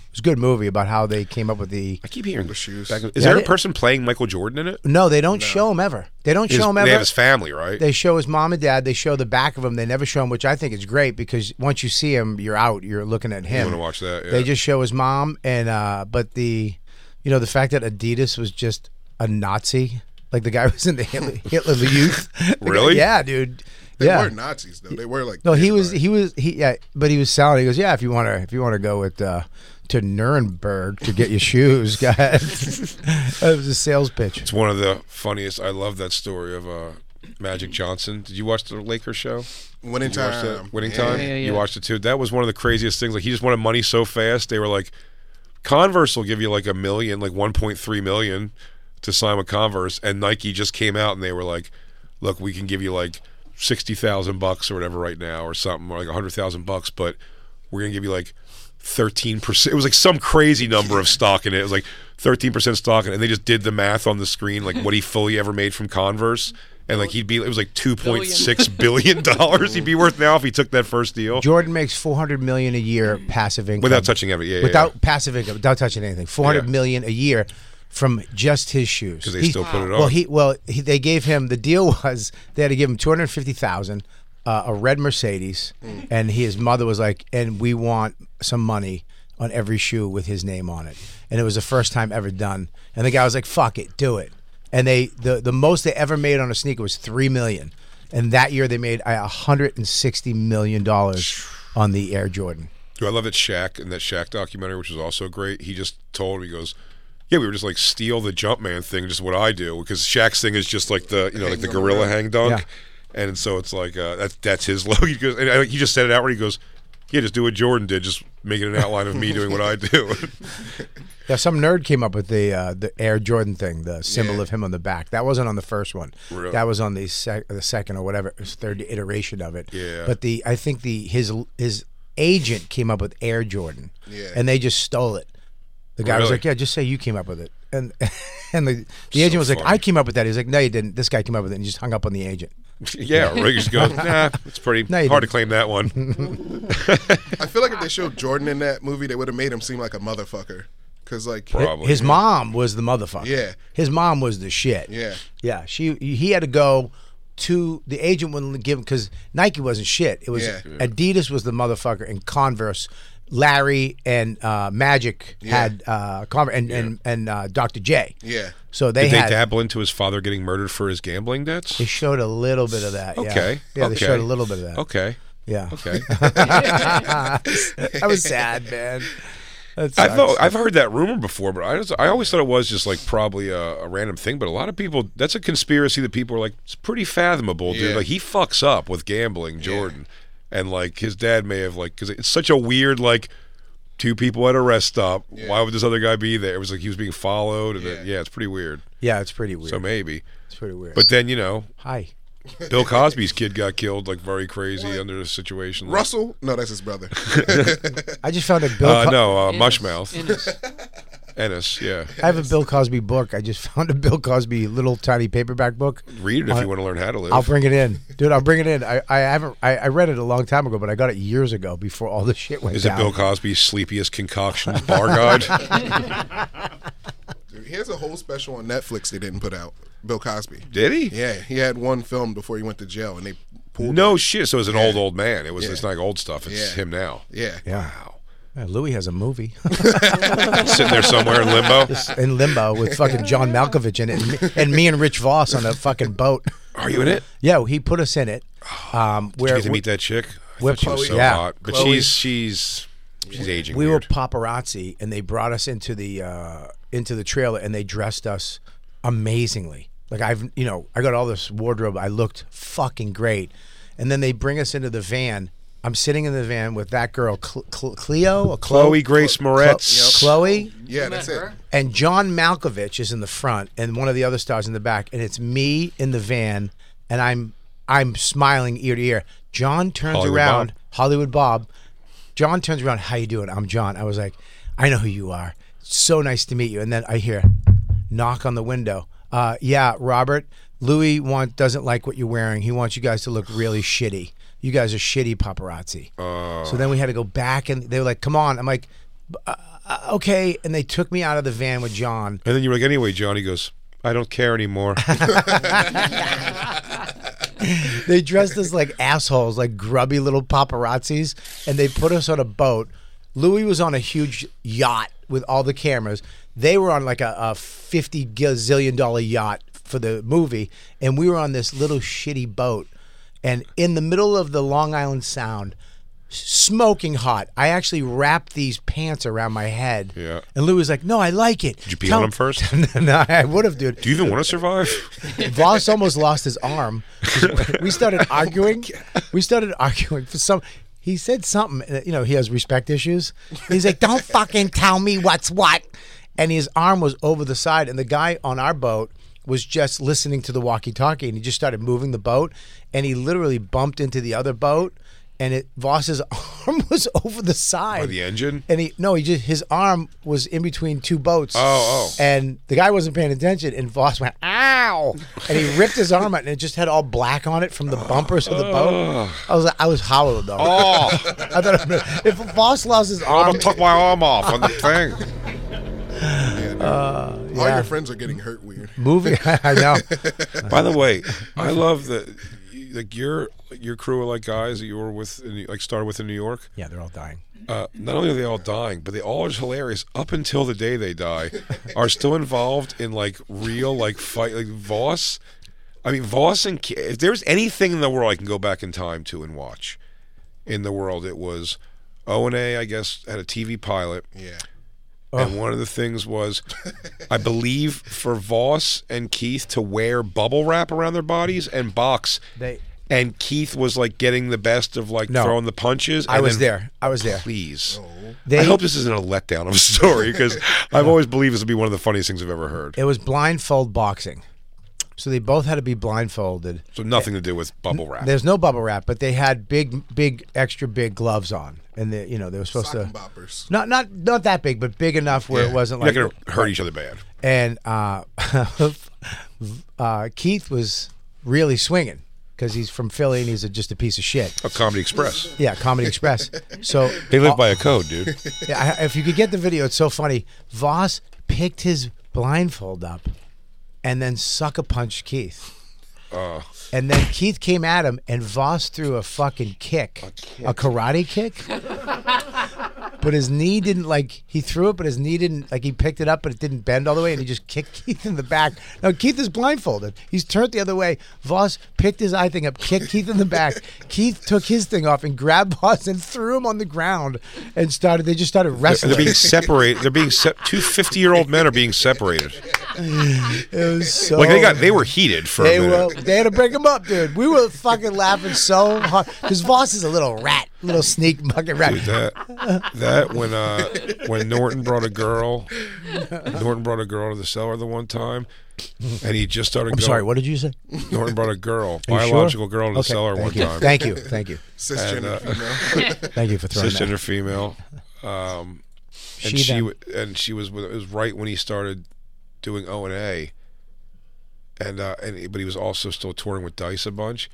It's a good movie about how they came up with the. I keep hearing the shoes. Is there a person playing Michael Jordan in it? No, they don't show him ever. They don't His- show him ever. They have his family, right? They show his mom and dad. They show the back of him. They never show him, which I think is great because once you see him, you're out. You're looking at him. wanna watch that, yeah. They just show his mom and uh, but the, you know, the fact that Adidas was just a Nazi, like the guy was in the Hitler, Hitler Youth. The guy- Really? yeah, dude. They yeah. were Nazis though. They were like No, he was he was he yeah, but he was selling. He goes, yeah, if you want to if you want to go with uh, to Nuremberg to get your shoes, guys. that was a sales pitch. It's one of the funniest. I love that story of uh, Magic Johnson. Did you watch the Lakers show? Winning Did you watch that? Time. Winning Yeah. time. Yeah, yeah, yeah. You watched it too. That was one of the craziest things. Like he just wanted money so fast. They were like, Converse will give you like a million, like one point three million, to sign with Converse. And Nike just came out and they were like, Look, we can give you like sixty thousand bucks or whatever right now, or something, or like a hundred thousand bucks, but we're gonna give you like. 13%. It was like some crazy number of stock in it. It was like 13% stock in it. And they just did the math on the screen, like what he fully ever made from Converse. And like he'd be, it was like $2.6 billion. dollars He'd be worth now if he took that first deal. Jordan makes four hundred million a year passive income Without touching every, yeah, yeah, without passive income, without touching anything. Four hundred Yeah. million a year from just his shoes. 'Cause they He- still put it Well, on. he well he, they gave him the deal was they had to give him two hundred fifty thousand, uh, a red Mercedes, Mm. and his mother was like, and we want some money on every shoe with his name on it, and it was the first time ever done, and the guy was like, fuck it, do it, and they the the most they ever made on a sneaker was three million, and that year they made a hundred and sixty million dollars on the Air Jordan. Do I love that Shaq in that Shaq documentary, which is also great? He just told him, he goes, Yeah, we were just like steal the Jumpman thing, just what I do, because Shaq's thing is just like the you know like the Hang on, gorilla yeah. hang dunk, Yeah. and so it's like uh, that's that's his logo. He goes, and I think he just said it out where he goes, Yeah, just do what Jordan did, just making an outline of me doing what I do. Yeah, some nerd came up with the uh, the Air Jordan thing, the symbol of him on the back. That wasn't on the first one. Really? That was on the sec- the second or whatever, his third iteration of it. Yeah. But the I think the his his agent came up with Air Jordan. Yeah. And they just stole it. The guy was Really? like, "Yeah, just say you came up with it." And and the, the agent was like, funny. "I came up with that." He's like, "No, you didn't. This guy came up with it." And he just hung up on the agent. yeah, right. He just goes, Nah, it's pretty No, you hard to didn't. claim that one. I feel like if they showed Jordan in that movie, they would have made him seem like a motherfucker. Cause like Probably. His mom was the motherfucker. Yeah. His mom was the shit. Yeah. Yeah. She he had to go to the agent wouldn't give him because Nike wasn't shit. It was Yeah. Adidas was the motherfucker and Converse. Larry and uh, Magic had uh, Converse and and, and uh, Dr. J. Yeah. So they Did they had. dabble into his father getting murdered for his gambling debts? they showed a little bit of that. Yeah. Okay. Yeah, they okay. showed a little bit of that. Okay. Yeah. Okay. that was sad, man. That I thought sucks. I've heard that rumor before, but I just, I always thought it was just like probably a, a random thing. But a lot of people, that's a conspiracy that people are like, it's pretty fathomable, dude. Yeah. Like he fucks up with gambling, Jordan, and like his dad may have like because it's such a weird like two people at a rest stop. Why would this other guy be there? It was like he was being followed, and then, yeah it's pretty weird. yeah, it's pretty weird. So maybe, it's pretty weird. but then you know, hi. Bill Cosby's kid got killed like very crazy under the situation. Like, Russell? No, that's his brother. I just found a Bill. uh, Co- no, uh, Ennis, Mushmouth, Ennis. Ennis, yeah. I have a Bill Cosby book. I just found a Bill Cosby little tiny paperback book. Read it if Uh, you want to learn how to live. I'll bring it in, dude. I'll bring it in. I, I haven't. I, I read it a long time ago, but I got it years ago before all this shit went Is down. it Bill Cosby's sleepiest concoction bar guide? Dude, he has a whole special on Netflix they didn't put out. Bill Cosby. Did he? Yeah, he had one film before he went to jail, and they pulled. No it. shit. So it's an old old man. It was it's not like old stuff. It's Yeah. him now. Yeah. Yeah. Yeah, Louis has a movie Sitting there somewhere in limbo. in limbo with fucking John Malkovich in it, and me, and me and Rich Voss on a fucking boat. Are you in it? Yeah, he put us in it. Um, Did you where get to meet that chick? I we're thought she was Chloe- so yeah. hot. But Chloe- she's she's she's aging. we weird. were paparazzi and they brought us into the uh, into the trailer and they dressed us amazingly like i've you know i got all this wardrobe i looked fucking great and then they bring us into the van i'm sitting in the van with that girl Cl- Cl- cleo or Chloe, Chloe Grace Moretz. chloe Yeah, You met that's it. her? and John Malkovich is in the front, and one of the other stars in the back, and it's me in the van, and I'm I'm smiling ear to ear. John turns Hollywood around, Bob. Hollywood Bob. John turns around, how you doing? I'm John. I was like, I know who you are. So nice to meet you. And then I hear knock on the window. Uh, yeah, Robert. Louis want doesn't like what you're wearing. He wants you guys to look really shitty. You guys are shitty paparazzi. So then we had to go back, and they were like, "Come on!" I'm like, "B- uh, uh, "Okay," and they took me out of the van with John. And then you were like, anyway, John, he goes, I don't care anymore. they dressed us like assholes, like grubby little paparazzis, and they put us on a boat. Louis was on a huge yacht with all the cameras. They were on like a, a fifty gazillion dollar yacht for the movie, and we were on this little shitty boat. And in the middle of the Long Island Sound, smoking hot, I actually wrapped these pants around my head. Yeah. And Louis was like, "No, I like it." Did you pee on him first? no, I would have, dude. Do you even want to survive? Voss almost lost his arm. We Oh started arguing. we started arguing for some. He said something. uh, You know, he has respect issues. He's like, "Don't fucking tell me what's what," and his arm was over the side. And the guy on our boat was just listening to the walkie-talkie, and he just started moving the boat, and he literally bumped into the other boat. And it Voss's arm was over the side. By the engine? And he no, he just his arm was in between two boats. Oh, oh. And the guy wasn't paying attention, and Voss went ow, and he ripped his arm out, and it just had all black on it from the bumpers of the boat. I was I was howling though. Oh. I thought if Voss lost his I'm arm, going to tuck my arm off on the thing. uh, All yeah. your friends are getting hurt weird. movie. I know. By the way, I love that like your your crew of like guys that you were with in, like started with in New York. Yeah, they're all dying. Uh, not only are they all dying, but they all are just hilarious up until the day they die. Are still involved in like real like fight like Voss. I mean Voss and Ke- if there's anything in the world I can go back in time to and watch, in the world it was O and A. I guess had a TV pilot. Yeah. And one of the things was, I believe, for Voss and Keith to wear bubble wrap around their bodies and box. They- and Keith was like getting the best of like No. throwing the punches. I and was then- there. I was there. Oh. Please. I They- hope this isn't a letdown of a story because I've always believed this would be one of the funniest things I've ever heard. It was blindfold boxing, so they both had to be blindfolded. So nothing to do with bubble wrap. There's no bubble wrap, but they had big, big, extra big gloves on, and they, you know, they were supposed Sock to boppers. not not not that big, but big enough where it wasn't You're not like. going to hurt each other bad. and uh, uh, Keith was really swinging because he's from Philly and he's a, just a piece of shit. A Comedy Express. Yeah, Comedy Express. So They live by a code, dude. yeah, I- if you could get the video, it's so funny. Voss picked his blindfold up and then sucker punched Keith. Oh. And then Keith came at him, and Voss threw a fucking kick, a, karate kick. but his knee didn't like he threw it, but his knee didn't like he picked it up, but it didn't bend all the way, and he just kicked Keith in the back. Now Keith is blindfolded; he's turned the other way. Voss picked his eye thing up, kicked Keith in the back. Keith took his thing off and grabbed Voss and threw him on the ground, and started. They just started They're wrestling. being separated. They're being se- two 50 year old men are being separated. it was so Like they got they were heated for They a minute. were. They had to break him up, dude. We were fucking laughing so hard because Voss is a little rat, little sneak fucking rat. Dude, that that when uh when Norton brought a girl, Norton brought a girl to the cellar the one time, and he just started. I'm going, sorry. What did you say? Norton brought a girl, Are you sure? biological girl to the Okay, cellar thank one you. time. Thank you. Thank you. And, Cisgender uh, female. Thank you for throwing that. cisgender female. Um, and She she, them. w- and she was with, it was right when he started doing O and A, and uh, and but he was also still touring with Dice a bunch,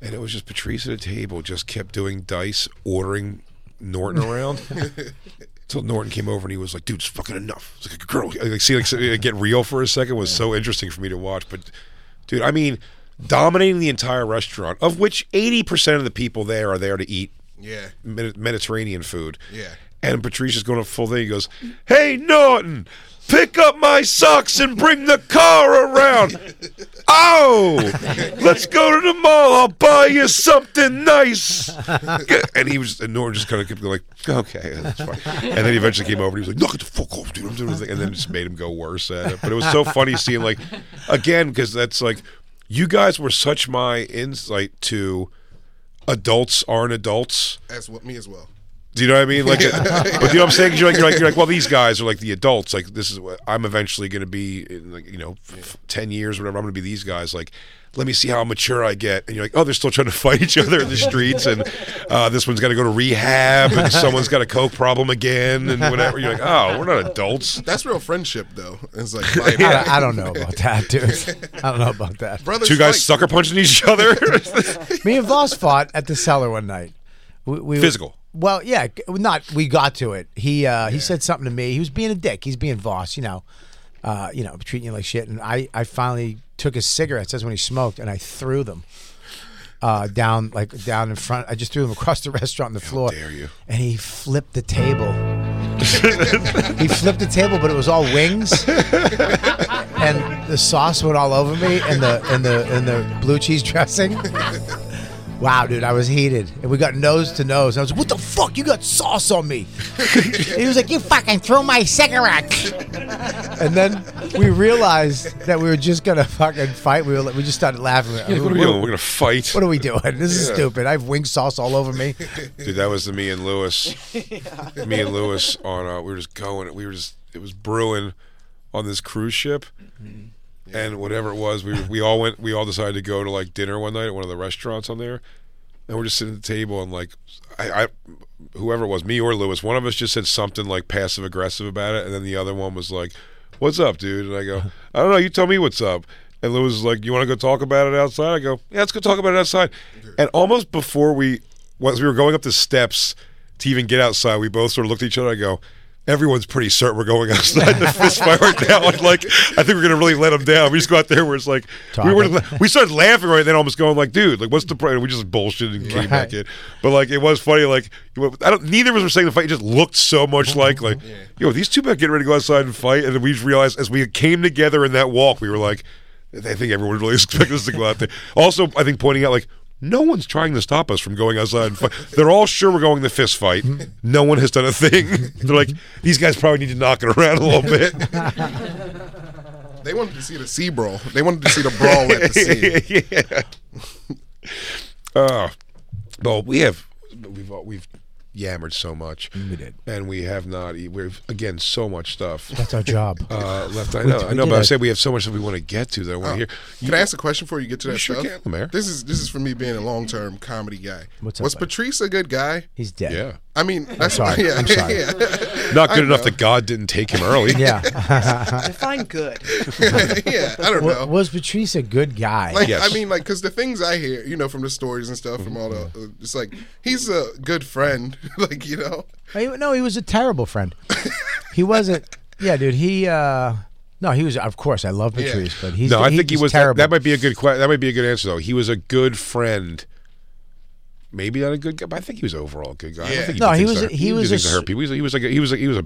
and it was just Patrice at a table just kept doing Dice ordering Norton around. Until Norton came over and he was like, "Dude, it's fucking enough." It's like a girl. Like, see, like, so- like, get real for a second was so interesting for me to watch. But, dude, I mean, dominating the entire restaurant, of which eighty percent of the people there are there to eat Yeah. Medi- Mediterranean food. Yeah. And Patricia's going to full thing. He goes, Hey, Norton, pick up my socks and bring the car around. Oh, let's go to the mall. I'll buy you something nice. And he was, and Norton just kind of kept going, like, Okay, that's fine. And then he eventually came over and he was like, Knock it the fuck off, dude. I'm doing this thing. And then it just made him go worse at it. But it was so funny seeing, like, again, because that's like, you guys were such my insight to adults aren't adults. As what me as well. Do you know what I mean? Like, but you know what I'm saying? You're like, you're like, you're like, well, these guys are like the adults. Like, this is what I'm eventually going to be in, like, you know, f- ten years, whatever. I'm going to be these guys. Like, let me see how mature I get. And you're like, oh, they're still trying to fight each other in the streets, and uh, this one's got to go to rehab, and someone's got a coke problem again, and whatever. You're like, oh, we're not adults. That's real friendship, though. It's like I, don't, I don't know about that, dude. I don't know about that. Brothers Two guys sucker punching each other. Me and Voss fought at the cellar one night. We, we Physical. Well, yeah, g- not. We got to it. He uh, he said something to me. He was being a dick. He's being Voss, you know, uh, you know, treating you like shit. And I I finally took his cigarettes. That's when he smoked, and I threw them. Uh, down like down in front. I just threw them across the restaurant on the floor. dare you? And he flipped the table. he flipped the table, but it was all wings, and the sauce went all over me, and the and the and the blue cheese dressing. Wow, dude, I was heated, and we got nose to nose. I was like, "What the fuck? You got sauce on me?" he was like, "You fucking threw my cigarette." and then we realized that we were just gonna fucking fight. We were, we just started laughing. Yeah, what are we doing? We're gonna fight. What are we doing? This is Yeah. stupid. I have wing sauce all over me. Dude, that was the me and Lewis. Me and Lewis on uh, we were just going. We were just it was brewing on this cruise ship, and whatever it was, we we all went. We all decided to go to like dinner one night at one of the restaurants on there, and we're just sitting at the table and like I, I whoever it was, me or Lewis, one of us just said something like passive aggressive about it, and then the other one was like, "What's up, dude?" And I go, "I don't know. You tell me what's up." And Lewis is like, "You want to go talk about it outside?" I go, "Yeah, let's go talk about it outside." And almost before we, once we were going up the steps to even get outside, we both sort of looked at each other. I go. Everyone's pretty certain we're going outside the fist fight right now. Like, like, I think we're gonna really let them down. We just go out there where it's like we were. We started laughing right then, almost going like, "Dude, like, what's the problem?" We just bullshitted and came back Right. in. But like, it was funny. Like, I don't. Neither of us were saying the fight. It just looked so much like like, yo, these two men getting ready to go outside and fight. And then we just realized as we came together in that walk, we were like, I think everyone really expected us to go out there. Also, I think pointing out like. No one's trying to stop us from going outside and fight. They're all sure we're going to fist fight. No one has done a thing. They're like, these guys probably need to knock it around a little bit. They wanted to see the sea brawl. They wanted to see the brawl at the sea. Uh, well, we have we've uh, we've yammered so much. We did, and we have not. e- We've again so much stuff. That's our job. Uh, left. I We- know. we I know. did But I a- said we Oh. have so much that we want to get to that I want to hear. Can I ask a question before you get to You that sure stuff? can, Mayor. This is this is for me being a long term comedy guy. What's up, Was buddy? Patrice a good guy? He's dead. Yeah. I mean, that's sorry. Yeah, I'm sorry. yeah. Not I good enough know. that God didn't take him early. Define good. yeah, I don't Wa- know. Was Patrice a good guy? Like I mean, like because the things I hear, you know, from the stories and stuff, from all the, uh, it's like he's a good friend, like you know. He- no, he was a terrible friend. he wasn't. Yeah, dude. He. uh No, he was. Of course, I love Yeah. Patrice, but he's. no, I think he he's was. That, terrible. that might be a good. que- That might be a good answer though. He was a good friend. Maybe not a good guy, but I think he was overall a good guy. I don't Yeah. think No, he did things was to a- hurt- he did was a things to s- hurt people. He was. He was like. A, he was. Like, he was a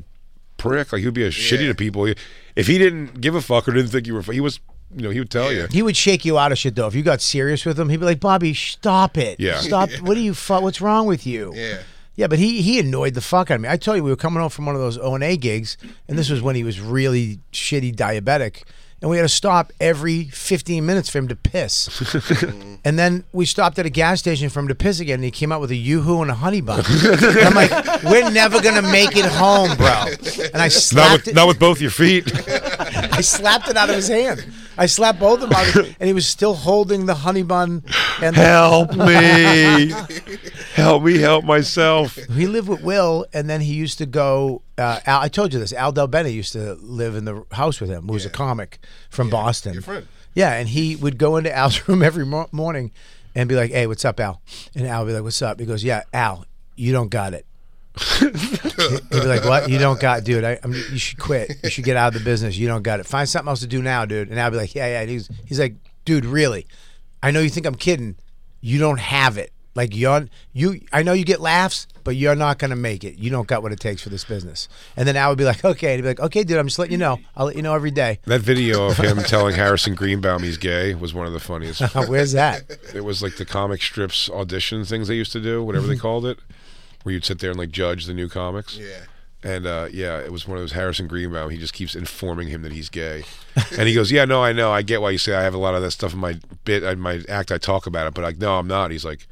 prick. Like he would be a shitty to people. He- if he didn't give a fuck or didn't think you were, fu- he was. You know, he would tell you. He would shake you out of shit though. If you got serious with him, he'd be like, "Bobby, stop it. Yeah. Stop. What are you? Fu- what's wrong with you?" Yeah. Yeah, but he he annoyed the fuck out of me. I told you we were coming home from one of those O and A gigs, and this was when he was really shitty diabetic, and we had to stop every fifteen minutes for him to piss. and then we stopped at a gas station for him to piss again, and he came out with a yoo-hoo and a honey bun. And I'm like, we're never gonna make it home, bro. And I not slapped with, it. not with both your feet. I slapped it out of his hand. I slapped both of them out of his, and he was still holding the honey bun. And help me, help me, help myself. He lived with Will, and then he used to go. Uh, Al, I told you this. Al Del Bene used to live in the house with him, who was a comic from Boston. Yeah, and he would go into Al's room every mor- morning and be like, "Hey, what's up, Al?" And Al would be like, "What's up?" He goes, "Yeah, Al, you don't got it." He'd be like, "What? You don't got, dude? I, I'm, you should quit. You should get out of the business. You don't got it. Find something else to do now, dude." And I'd be like, "Yeah, yeah." And he's he's like, "Dude, really? I know you think I'm kidding. You don't have it. Like you're you. I know you get laughs, but you're not gonna make it. You don't got what it takes for this business." And then I would be like, "Okay," and he'd be like, "Okay, dude, I'm just letting you know. I'll let you know every day." That video of him telling Harrison Greenbaum he's gay was one of the funniest. Where's that? It was like the comic strips audition things they used to do, whatever they called it, where you'd sit there and like judge the new comics. Mm-hmm. Yeah. And uh, yeah, it was one of those Harrison Greenbaum. He just keeps informing him that he's gay, and he goes, "Yeah, no, I know. I get why you say I have a lot of that stuff in my bit, in my act. I talk about it, but like, no, I'm not." He's like,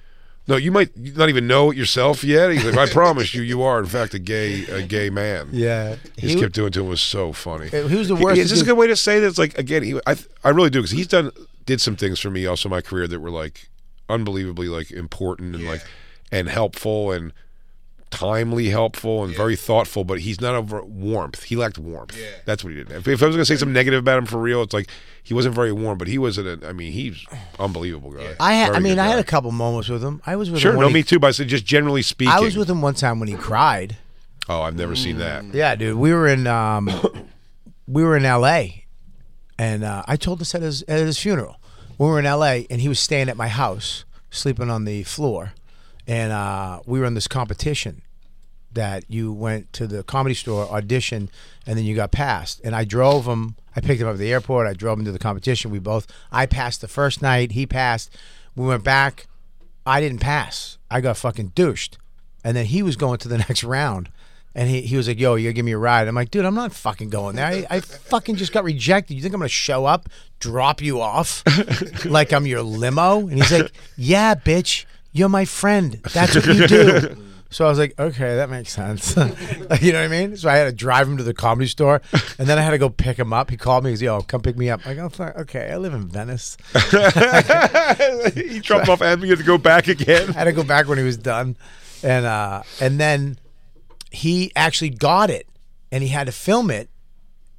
"No, you might not even know it yourself yet." He's like, "I promise you, you are in fact a gay, a gay man." Yeah. he just kept doing it. to him. It was so funny. He was the worst. Is this a dude. good way to say this? Like again, he, I I really do because he's done did some things for me also in my career that were like unbelievably like important and like and helpful and timely helpful and very thoughtful but he's not over warmth he lacked warmth yeah. that's what he did if, if i was gonna say something negative about him for real it's like he wasn't very warm but he was an i mean he's unbelievable guy I had, I Very mean, good I guy. had a couple moments with him. I was with sure him. no when he- me too but i said just generally speaking I was with Mm. him one time when he cried. oh i've never seen that Yeah, dude. We were in um, we were in L.A. and uh, I told this at his at his funeral. We were in L.A. and he was staying at my house, sleeping on the floor, and uh, we were in this competition that you went to the comedy store auditioned and then you got passed and i drove him i picked him up at the airport i drove him to the competition we both i passed the first night he passed we went back i didn't pass i got fucking douched and then he was going to the next round and he, he was like, yo, you gotta give me a ride. I'm like, dude, I'm not fucking going there. I, I fucking just got rejected. You think I'm gonna show up, drop you off like I'm your limo? And he's like, yeah, bitch, you're my friend. That's what you do. So I was like, okay, that makes sense. Like, you know what I mean? So I had to drive him to the comedy store, and then I had to go pick him up. He called me. He's yo, come pick me up. I go, fuck, okay, I live in Venice. he dropped off and we had to go back again. I had to go back when he was done, and uh, and then he actually got it, and he had to film it,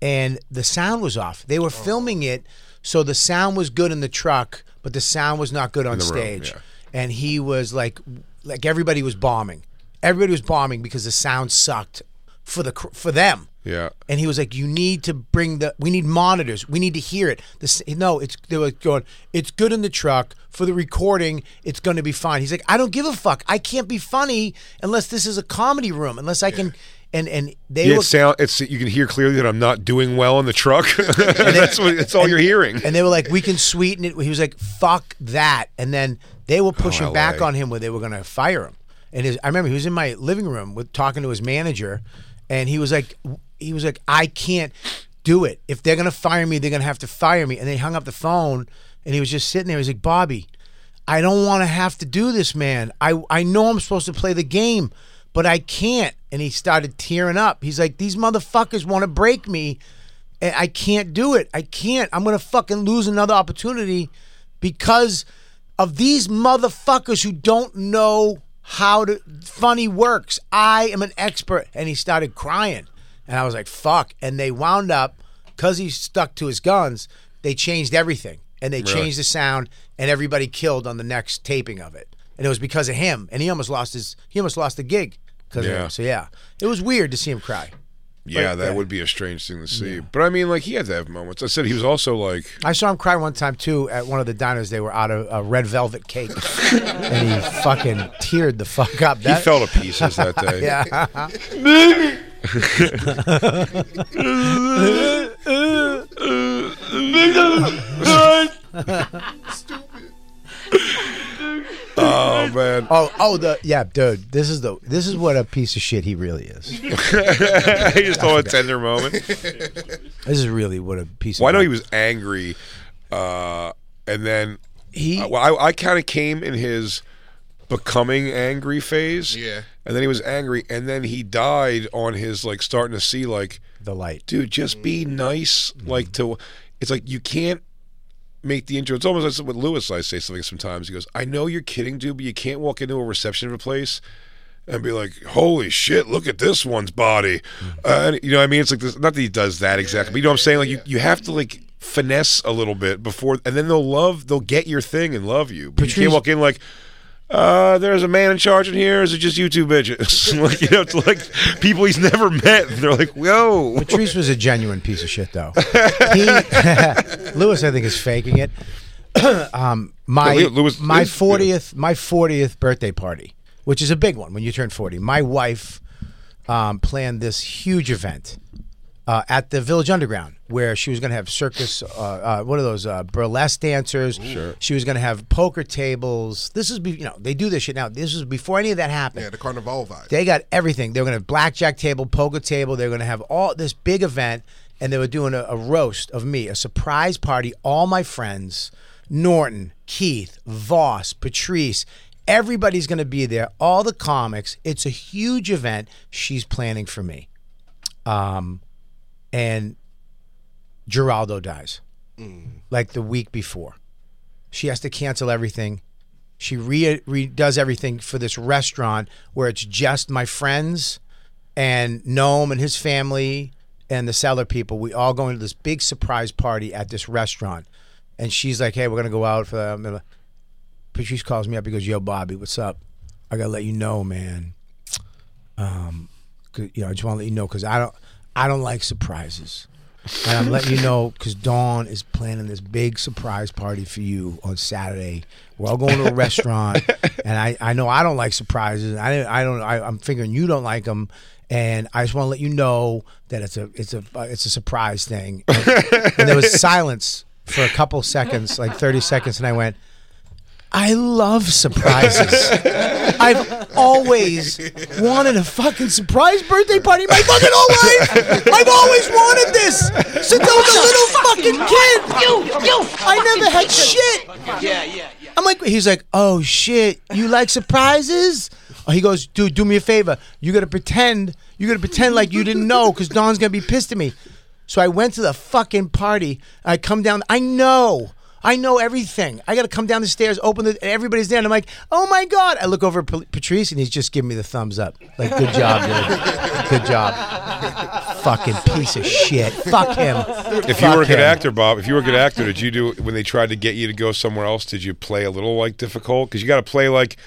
and the sound was off. They were filming it, so the sound was good in the truck, but the sound was not good on the room, stage. yeah. And he was like, like everybody was bombing. Everybody was bombing because the sound sucked for the cr- for them. yeah And he was like, "You need to bring the. We need monitors. We need to hear it. This no, it's they were going. It's good in the truck for the recording. It's going to be fine." He's like, "I don't give a fuck. I can't be funny unless this is a comedy room. Unless I can." And and they yeah, were it sound, it's you can hear clearly that I'm not doing well in the truck. that's what that's all you're hearing. and they were like, "We can sweeten it." He was like, "Fuck that!" And then they were pushing LA. back on him where they were going to fire him. And his, I remember he was in my living room with talking to his manager, and he was like, "He was like, I can't do it. If they're going to fire me, they're going to have to fire me." And they hung up the phone, and he was just sitting there. He's like, "Bobby, I don't want to have to do this, man. I I know I'm supposed to play the game." But I can't. And he started tearing up. He's like, These motherfuckers want to break me and I can't do it. I can't. I'm gonna fucking lose another opportunity because of these motherfuckers who don't know how to funny works. I am an expert, and he started crying, and I was like, "Fuck!" And they wound up because he stuck to his guns. They changed everything, and they Really? changed the sound, and everybody killed on the next taping of it, and it was because of him, and he almost lost his he almost lost the gig. 'cause of him. Yeah. So yeah, it was weird to see him cry. yeah, Like that would be a strange thing to see. But I mean, like he had to have moments. I said he was also like I saw him cry one time too at one of the diners. They were out of a red velvet cake, and he fucking teared the fuck up. That, he fell to pieces that day. yeah. Oh man. Oh, oh, the yeah, dude. This is the this is what a piece of shit he really is. he just saw a tender moment. This is really what a piece. Well, I of know he was angry, uh, and then He- uh, well, I, I kind of came in his becoming angry phase. Yeah. and then he was angry, and then he died on his like starting to see like the light. dude, just be nice. Like to, it's like you can't make the intro. It's almost like with Lewis. I say something sometimes. He goes, "I know you're kidding, dude, but you can't walk into a reception of a place." And be like, holy shit! Look at this one's body, uh, and, you know. What I mean, it's like this. Not that he does that exactly, but you know what I'm saying. Like you, you have to like finesse a little bit before, and then they'll love, they'll get your thing and love you. But you Patrice- can't walk in like, uh, there's a man in charge in here. or Is it just you two bitches? like you know, it's like people he's never met. And they're like, whoa. Patrice was a genuine piece of shit, though. He, Lewis, I think, is faking it. um, my Yeah, Lew- Lewis- my Lewis- yeah. fortieth my fortieth birthday party, which is a big one when you turn forty. My wife um, planned this huge event uh, at the Village Underground where she was going to have circus, uh, uh, one of those uh, burlesque dancers. Sure. She was going to have poker tables. This is be- you know they do this shit now. This was before any of that happened. Yeah, the Carnival vibe. They got everything. They were going to have blackjack table, poker table. They were going to have all this big event, and they were doing a, a roast of me, a surprise party. All my friends, Norton, Keith, Voss, Patrice, everybody's going to be there. All the comics. It's a huge event. She's planning for me, um, and Geraldo dies like the week before. She has to cancel everything. She re- redoes everything for this restaurant where it's just my friends and Noam and his family and the cellar people. We all go into this big surprise party at this restaurant. And she's like, hey, we're going to go out for that. Patrice calls me up. He goes, yo, Bobby, what's up? I got to let you know, man. Um, 'cause, you know, I just want to let you know because I don't, I don't like surprises. And I'm letting you know because Dawn is planning this big surprise party for you on Saturday. We're all going to a restaurant, and I, I know I don't like surprises. I didn't- I don't I, I'm figuring you don't like them, and I just want to let you know that it's a it's a it's a surprise thing. And, and there was silence for a couple seconds, like 30 seconds, and I went. I love surprises. I've always wanted a fucking surprise birthday party my fucking whole life. I've always wanted this since I was a little fucking kid. You- you I never fucking had piece shit. Yeah, yeah, yeah. I'm like, he's like, oh shit, you like surprises? Oh, He goes, dude, do me a favor. You gotta pretend, you gotta pretend like you didn't know, cause Don's gonna be pissed at me. So I went to the fucking party. I come down. I know, I know everything. I gotta come down the stairs, open the, and everybody's there. And I'm like, oh my god. I look over at Pa- Patrice, and he's just giving me the thumbs up, like, good job, dude, good job. fucking piece of shit. Fuck him. If you were a Fuck good him. actor, Bob, if you were a good actor, did you do when they tried to get you to go somewhere else? Did you play a little like difficult? Because you got to play like,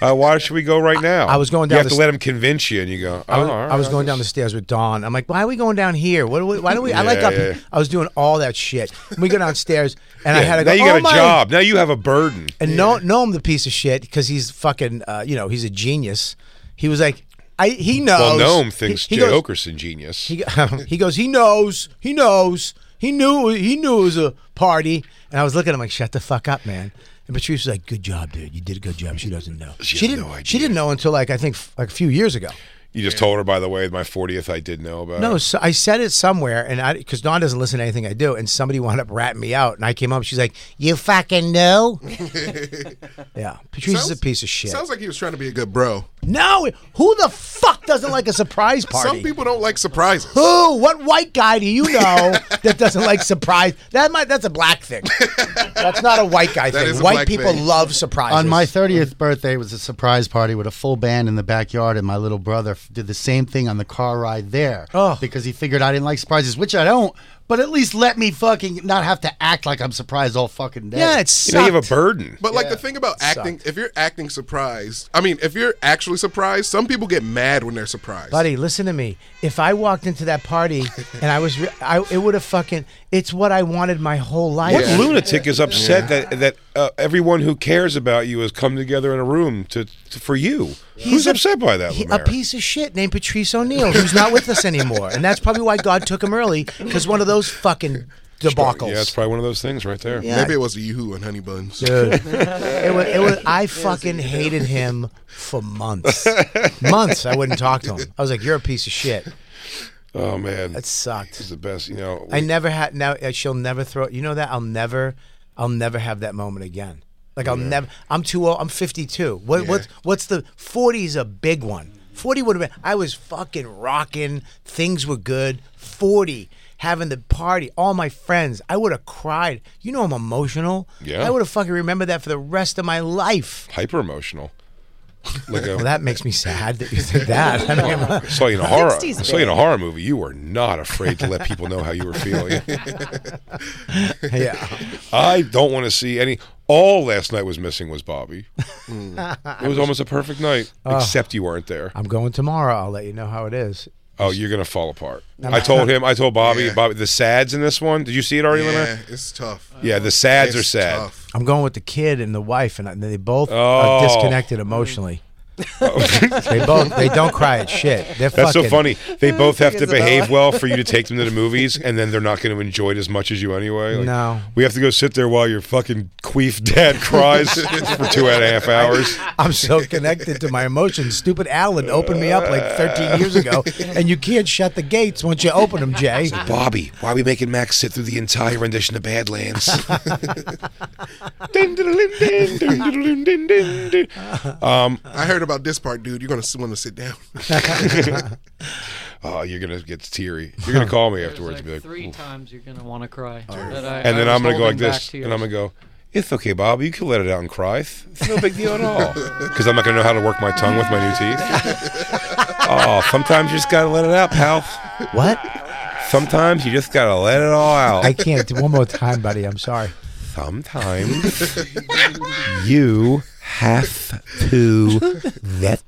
uh, why should we go right now? I was going down You have the to st- let them convince you, and you go. Oh, I was, all I was right, going down the stairs with Dawn. I'm like, why are we going down here? What? do we- Why do we? I like Yeah, up. yeah. I was doing all that shit. We go downstairs, and I Yeah, had to go. now you "Oh got a my-" job. Now you have a burden. And no, Noam the piece of shit because he's fucking. Uh, you know, he's a genius. He was like, I. He knows. Well, Gnome thinks he, Jay he goes, Okerson genius. he, go- he goes. He knows. He knows. He knew. He knew it was a party. And I was looking. at him like, shut the fuck up, man. And Patrice was like, good job, dude. You did a good job. She doesn't know. She, didn't. She didn't know until like I think f- like a few years ago. you just told her, by the way, my 40th, I did know about. No, it. so I said it somewhere, and I because Dawn doesn't listen to anything I do, and somebody wound up ratting me out, and I came up. She's like, "You fucking know." yeah, Patrice is a piece of shit. Sounds like he was trying to be a good bro. no, who the fuck doesn't like a surprise party? Some people don't like surprises. Who? What white guy do you know that doesn't like surprise? That might that's a black thing. That's not a white guy That thing. is a white black people thing. love surprises. On my 30th birthday was a surprise party with a full band in the backyard, and my little brother f- did the same thing on the car ride there because he figured I didn't like surprises, which I don't. But at least let me fucking not have to act like I'm surprised all fucking day. you, know, you have a burden. But like the thing about Sucked. acting, if you're acting surprised, I mean, if you're actually surprised, some people get mad when they're surprised. Buddy, listen to me. If I walked into that party and I was, re- I, it would have fucking. It's what I wanted my whole life. What lunatic is upset that that uh, everyone who cares about you has come together in a room to, to for you? Who's upset by that? He- a Lemaire? piece of shit named Patrice O'Neill, who's not with us anymore, and that's probably why God took him early because one of those fucking debacles. Yeah, it's probably one of those things right there. Yeah. Maybe it was a yoo-hoo and honey buns. Dude, it was, it was, I fucking hated him for months. months, I wouldn't talk to him. I was like, "You're a piece of shit." Oh man, that sucked. It's the best, you know. I we- never had. Now uh, she'll never throw. You know that I'll never, I'll never have that moment again. Like I'll never. I'm too old. I'm 52. What what's what's the 40 is a big one. 40 would have been. I was fucking rocking. Things were good. 40 having the party. All my friends. I would have cried. You know I'm emotional. Yeah. I would have fucking remembered that for the rest of my life. hyper emotional. Like a, Well, that makes me sad that you think that. I mean, I I'm- saw you in a horror. I 60s saw you in a big. horror movie. You were not afraid to let people know how you were feeling. yeah. I don't want to see any. All last night was missing was Bobby. Hmm. It was almost a perfect night, Oh. except you weren't there. I'm going tomorrow. I'll let you know how it is. Oh, you're gonna fall apart. No, I no. told him. I told Bobby. Yeah. Bobby, the sads in this one. Did you see it already, yeah, Leonard? it's tough. Yeah, the sads are It's sad. tough. I'm going with the kid and the wife, and I- they both Oh. are disconnected emotionally. they both they don't cry at shit. They're That's so fucking- funny. They both have to Isabella. behave well for you to take them to the movies, and then they're not going to enjoy it as much as you anyway. Like, No. we have to go sit there while your fucking queef dad cries for two and a half hours. I'm so connected to my emotions. Stupid Alan opened me up like 13 years ago, and you can't shut the gates once you open them, Jay. Bobby, why are we making Max sit through the entire rendition of Badlands? um, I heard about this part, dude. You're gonna want to sit down. oh, you're gonna get teary. You're gonna call me There's afterwards. and like be like, three times you're gonna want to cry. and then I'm gonna go like this, and I'm gonna go. It's okay, Bob. You can let it out and cry. It's it's no big deal at all. Because Oh, I'm not going to know how to work my tongue with my new teeth. oh, sometimes you just got to let it out, pal. What? Sometimes you just got to let it all out. I can't. do- One more time, buddy. I'm sorry. Sometimes you have to let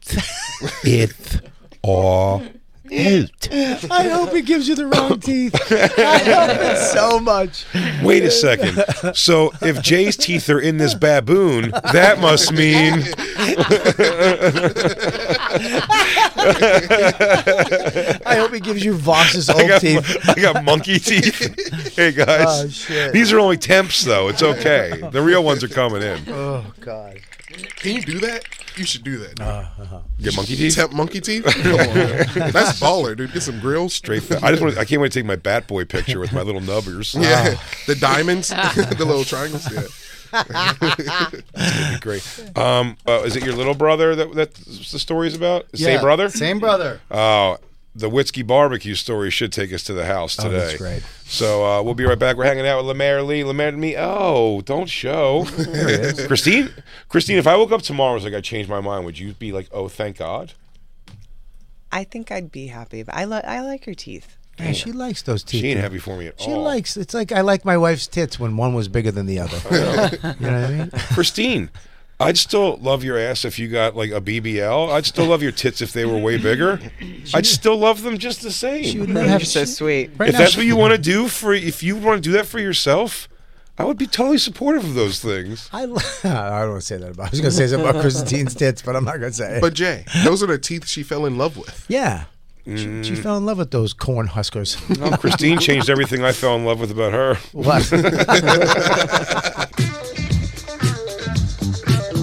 it all out. I hope it gives you the wrong teeth. I hope it so much. Wait a second. So if Jay's teeth are in this baboon, that must mean. I hope it gives you Voss's I old got, teeth. I got monkey teeth. hey guys, Oh, shit. these are only temps though. It's okay. The real ones are coming in. Oh God. Can you do that? You should do that. dude. Get monkey teeth. Temp monkey teeth? Uh, Come on, man. That's baller, dude. Get some grills. Straight. fa- I just want. I can't wait to take my Bat Boy picture with my little nubbers. Yeah. The diamonds, the little triangles. Yeah. That'd be great. Um, uh, is it your little brother that that the story's about? Yeah, Same brother. Same brother. Oh, the Whiskey Barbecue story should take us to the house Oh, today. that's great. So uh, we'll be right back. We're hanging out with Lemaire Lee. Lemaire to me. Oh, don't show. Christine, Christine, if I woke up tomorrow and was like, I changed my mind, would you be like, oh, thank God? I think I'd be happy, but I li- I like her teeth. Man, she likes those teeth. She ain't dude. happy for me at She all. likes. It's like I like my wife's tits when one was bigger than the other. you know what I mean? Christine, I'd still love your ass if you got like a BBL. I'd still love your tits if they were way bigger. I'd still love them just the same. She would not have. You're so sweet. Right if now that's she- what you want to do for, if you want to do that for yourself, I would be totally supportive of those things. I, li- I don't want to say that about. I was going to say something about Christine's tits, but I'm not going to say it. But Jay, those are the teeth she fell in love with. yeah, she, she Mm. fell in love with those corn huskers. Oh, Christine changed everything I fell in love with about her. What?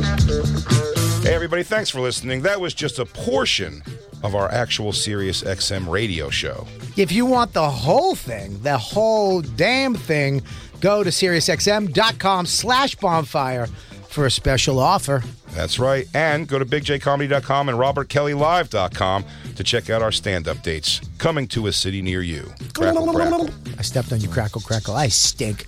Hey, everybody, thanks for listening. That was just a portion of our actual Sirius XM radio show. If you want the whole thing, the whole damn thing, go to SiriusXM.com slash bonfire for a special offer. That's right. And go to bigjcomedy.com and robertkellylive.com to check out our stand up dates coming to a city near you. Crackle, crackle. I stepped on you, crackle, crackle. I stink.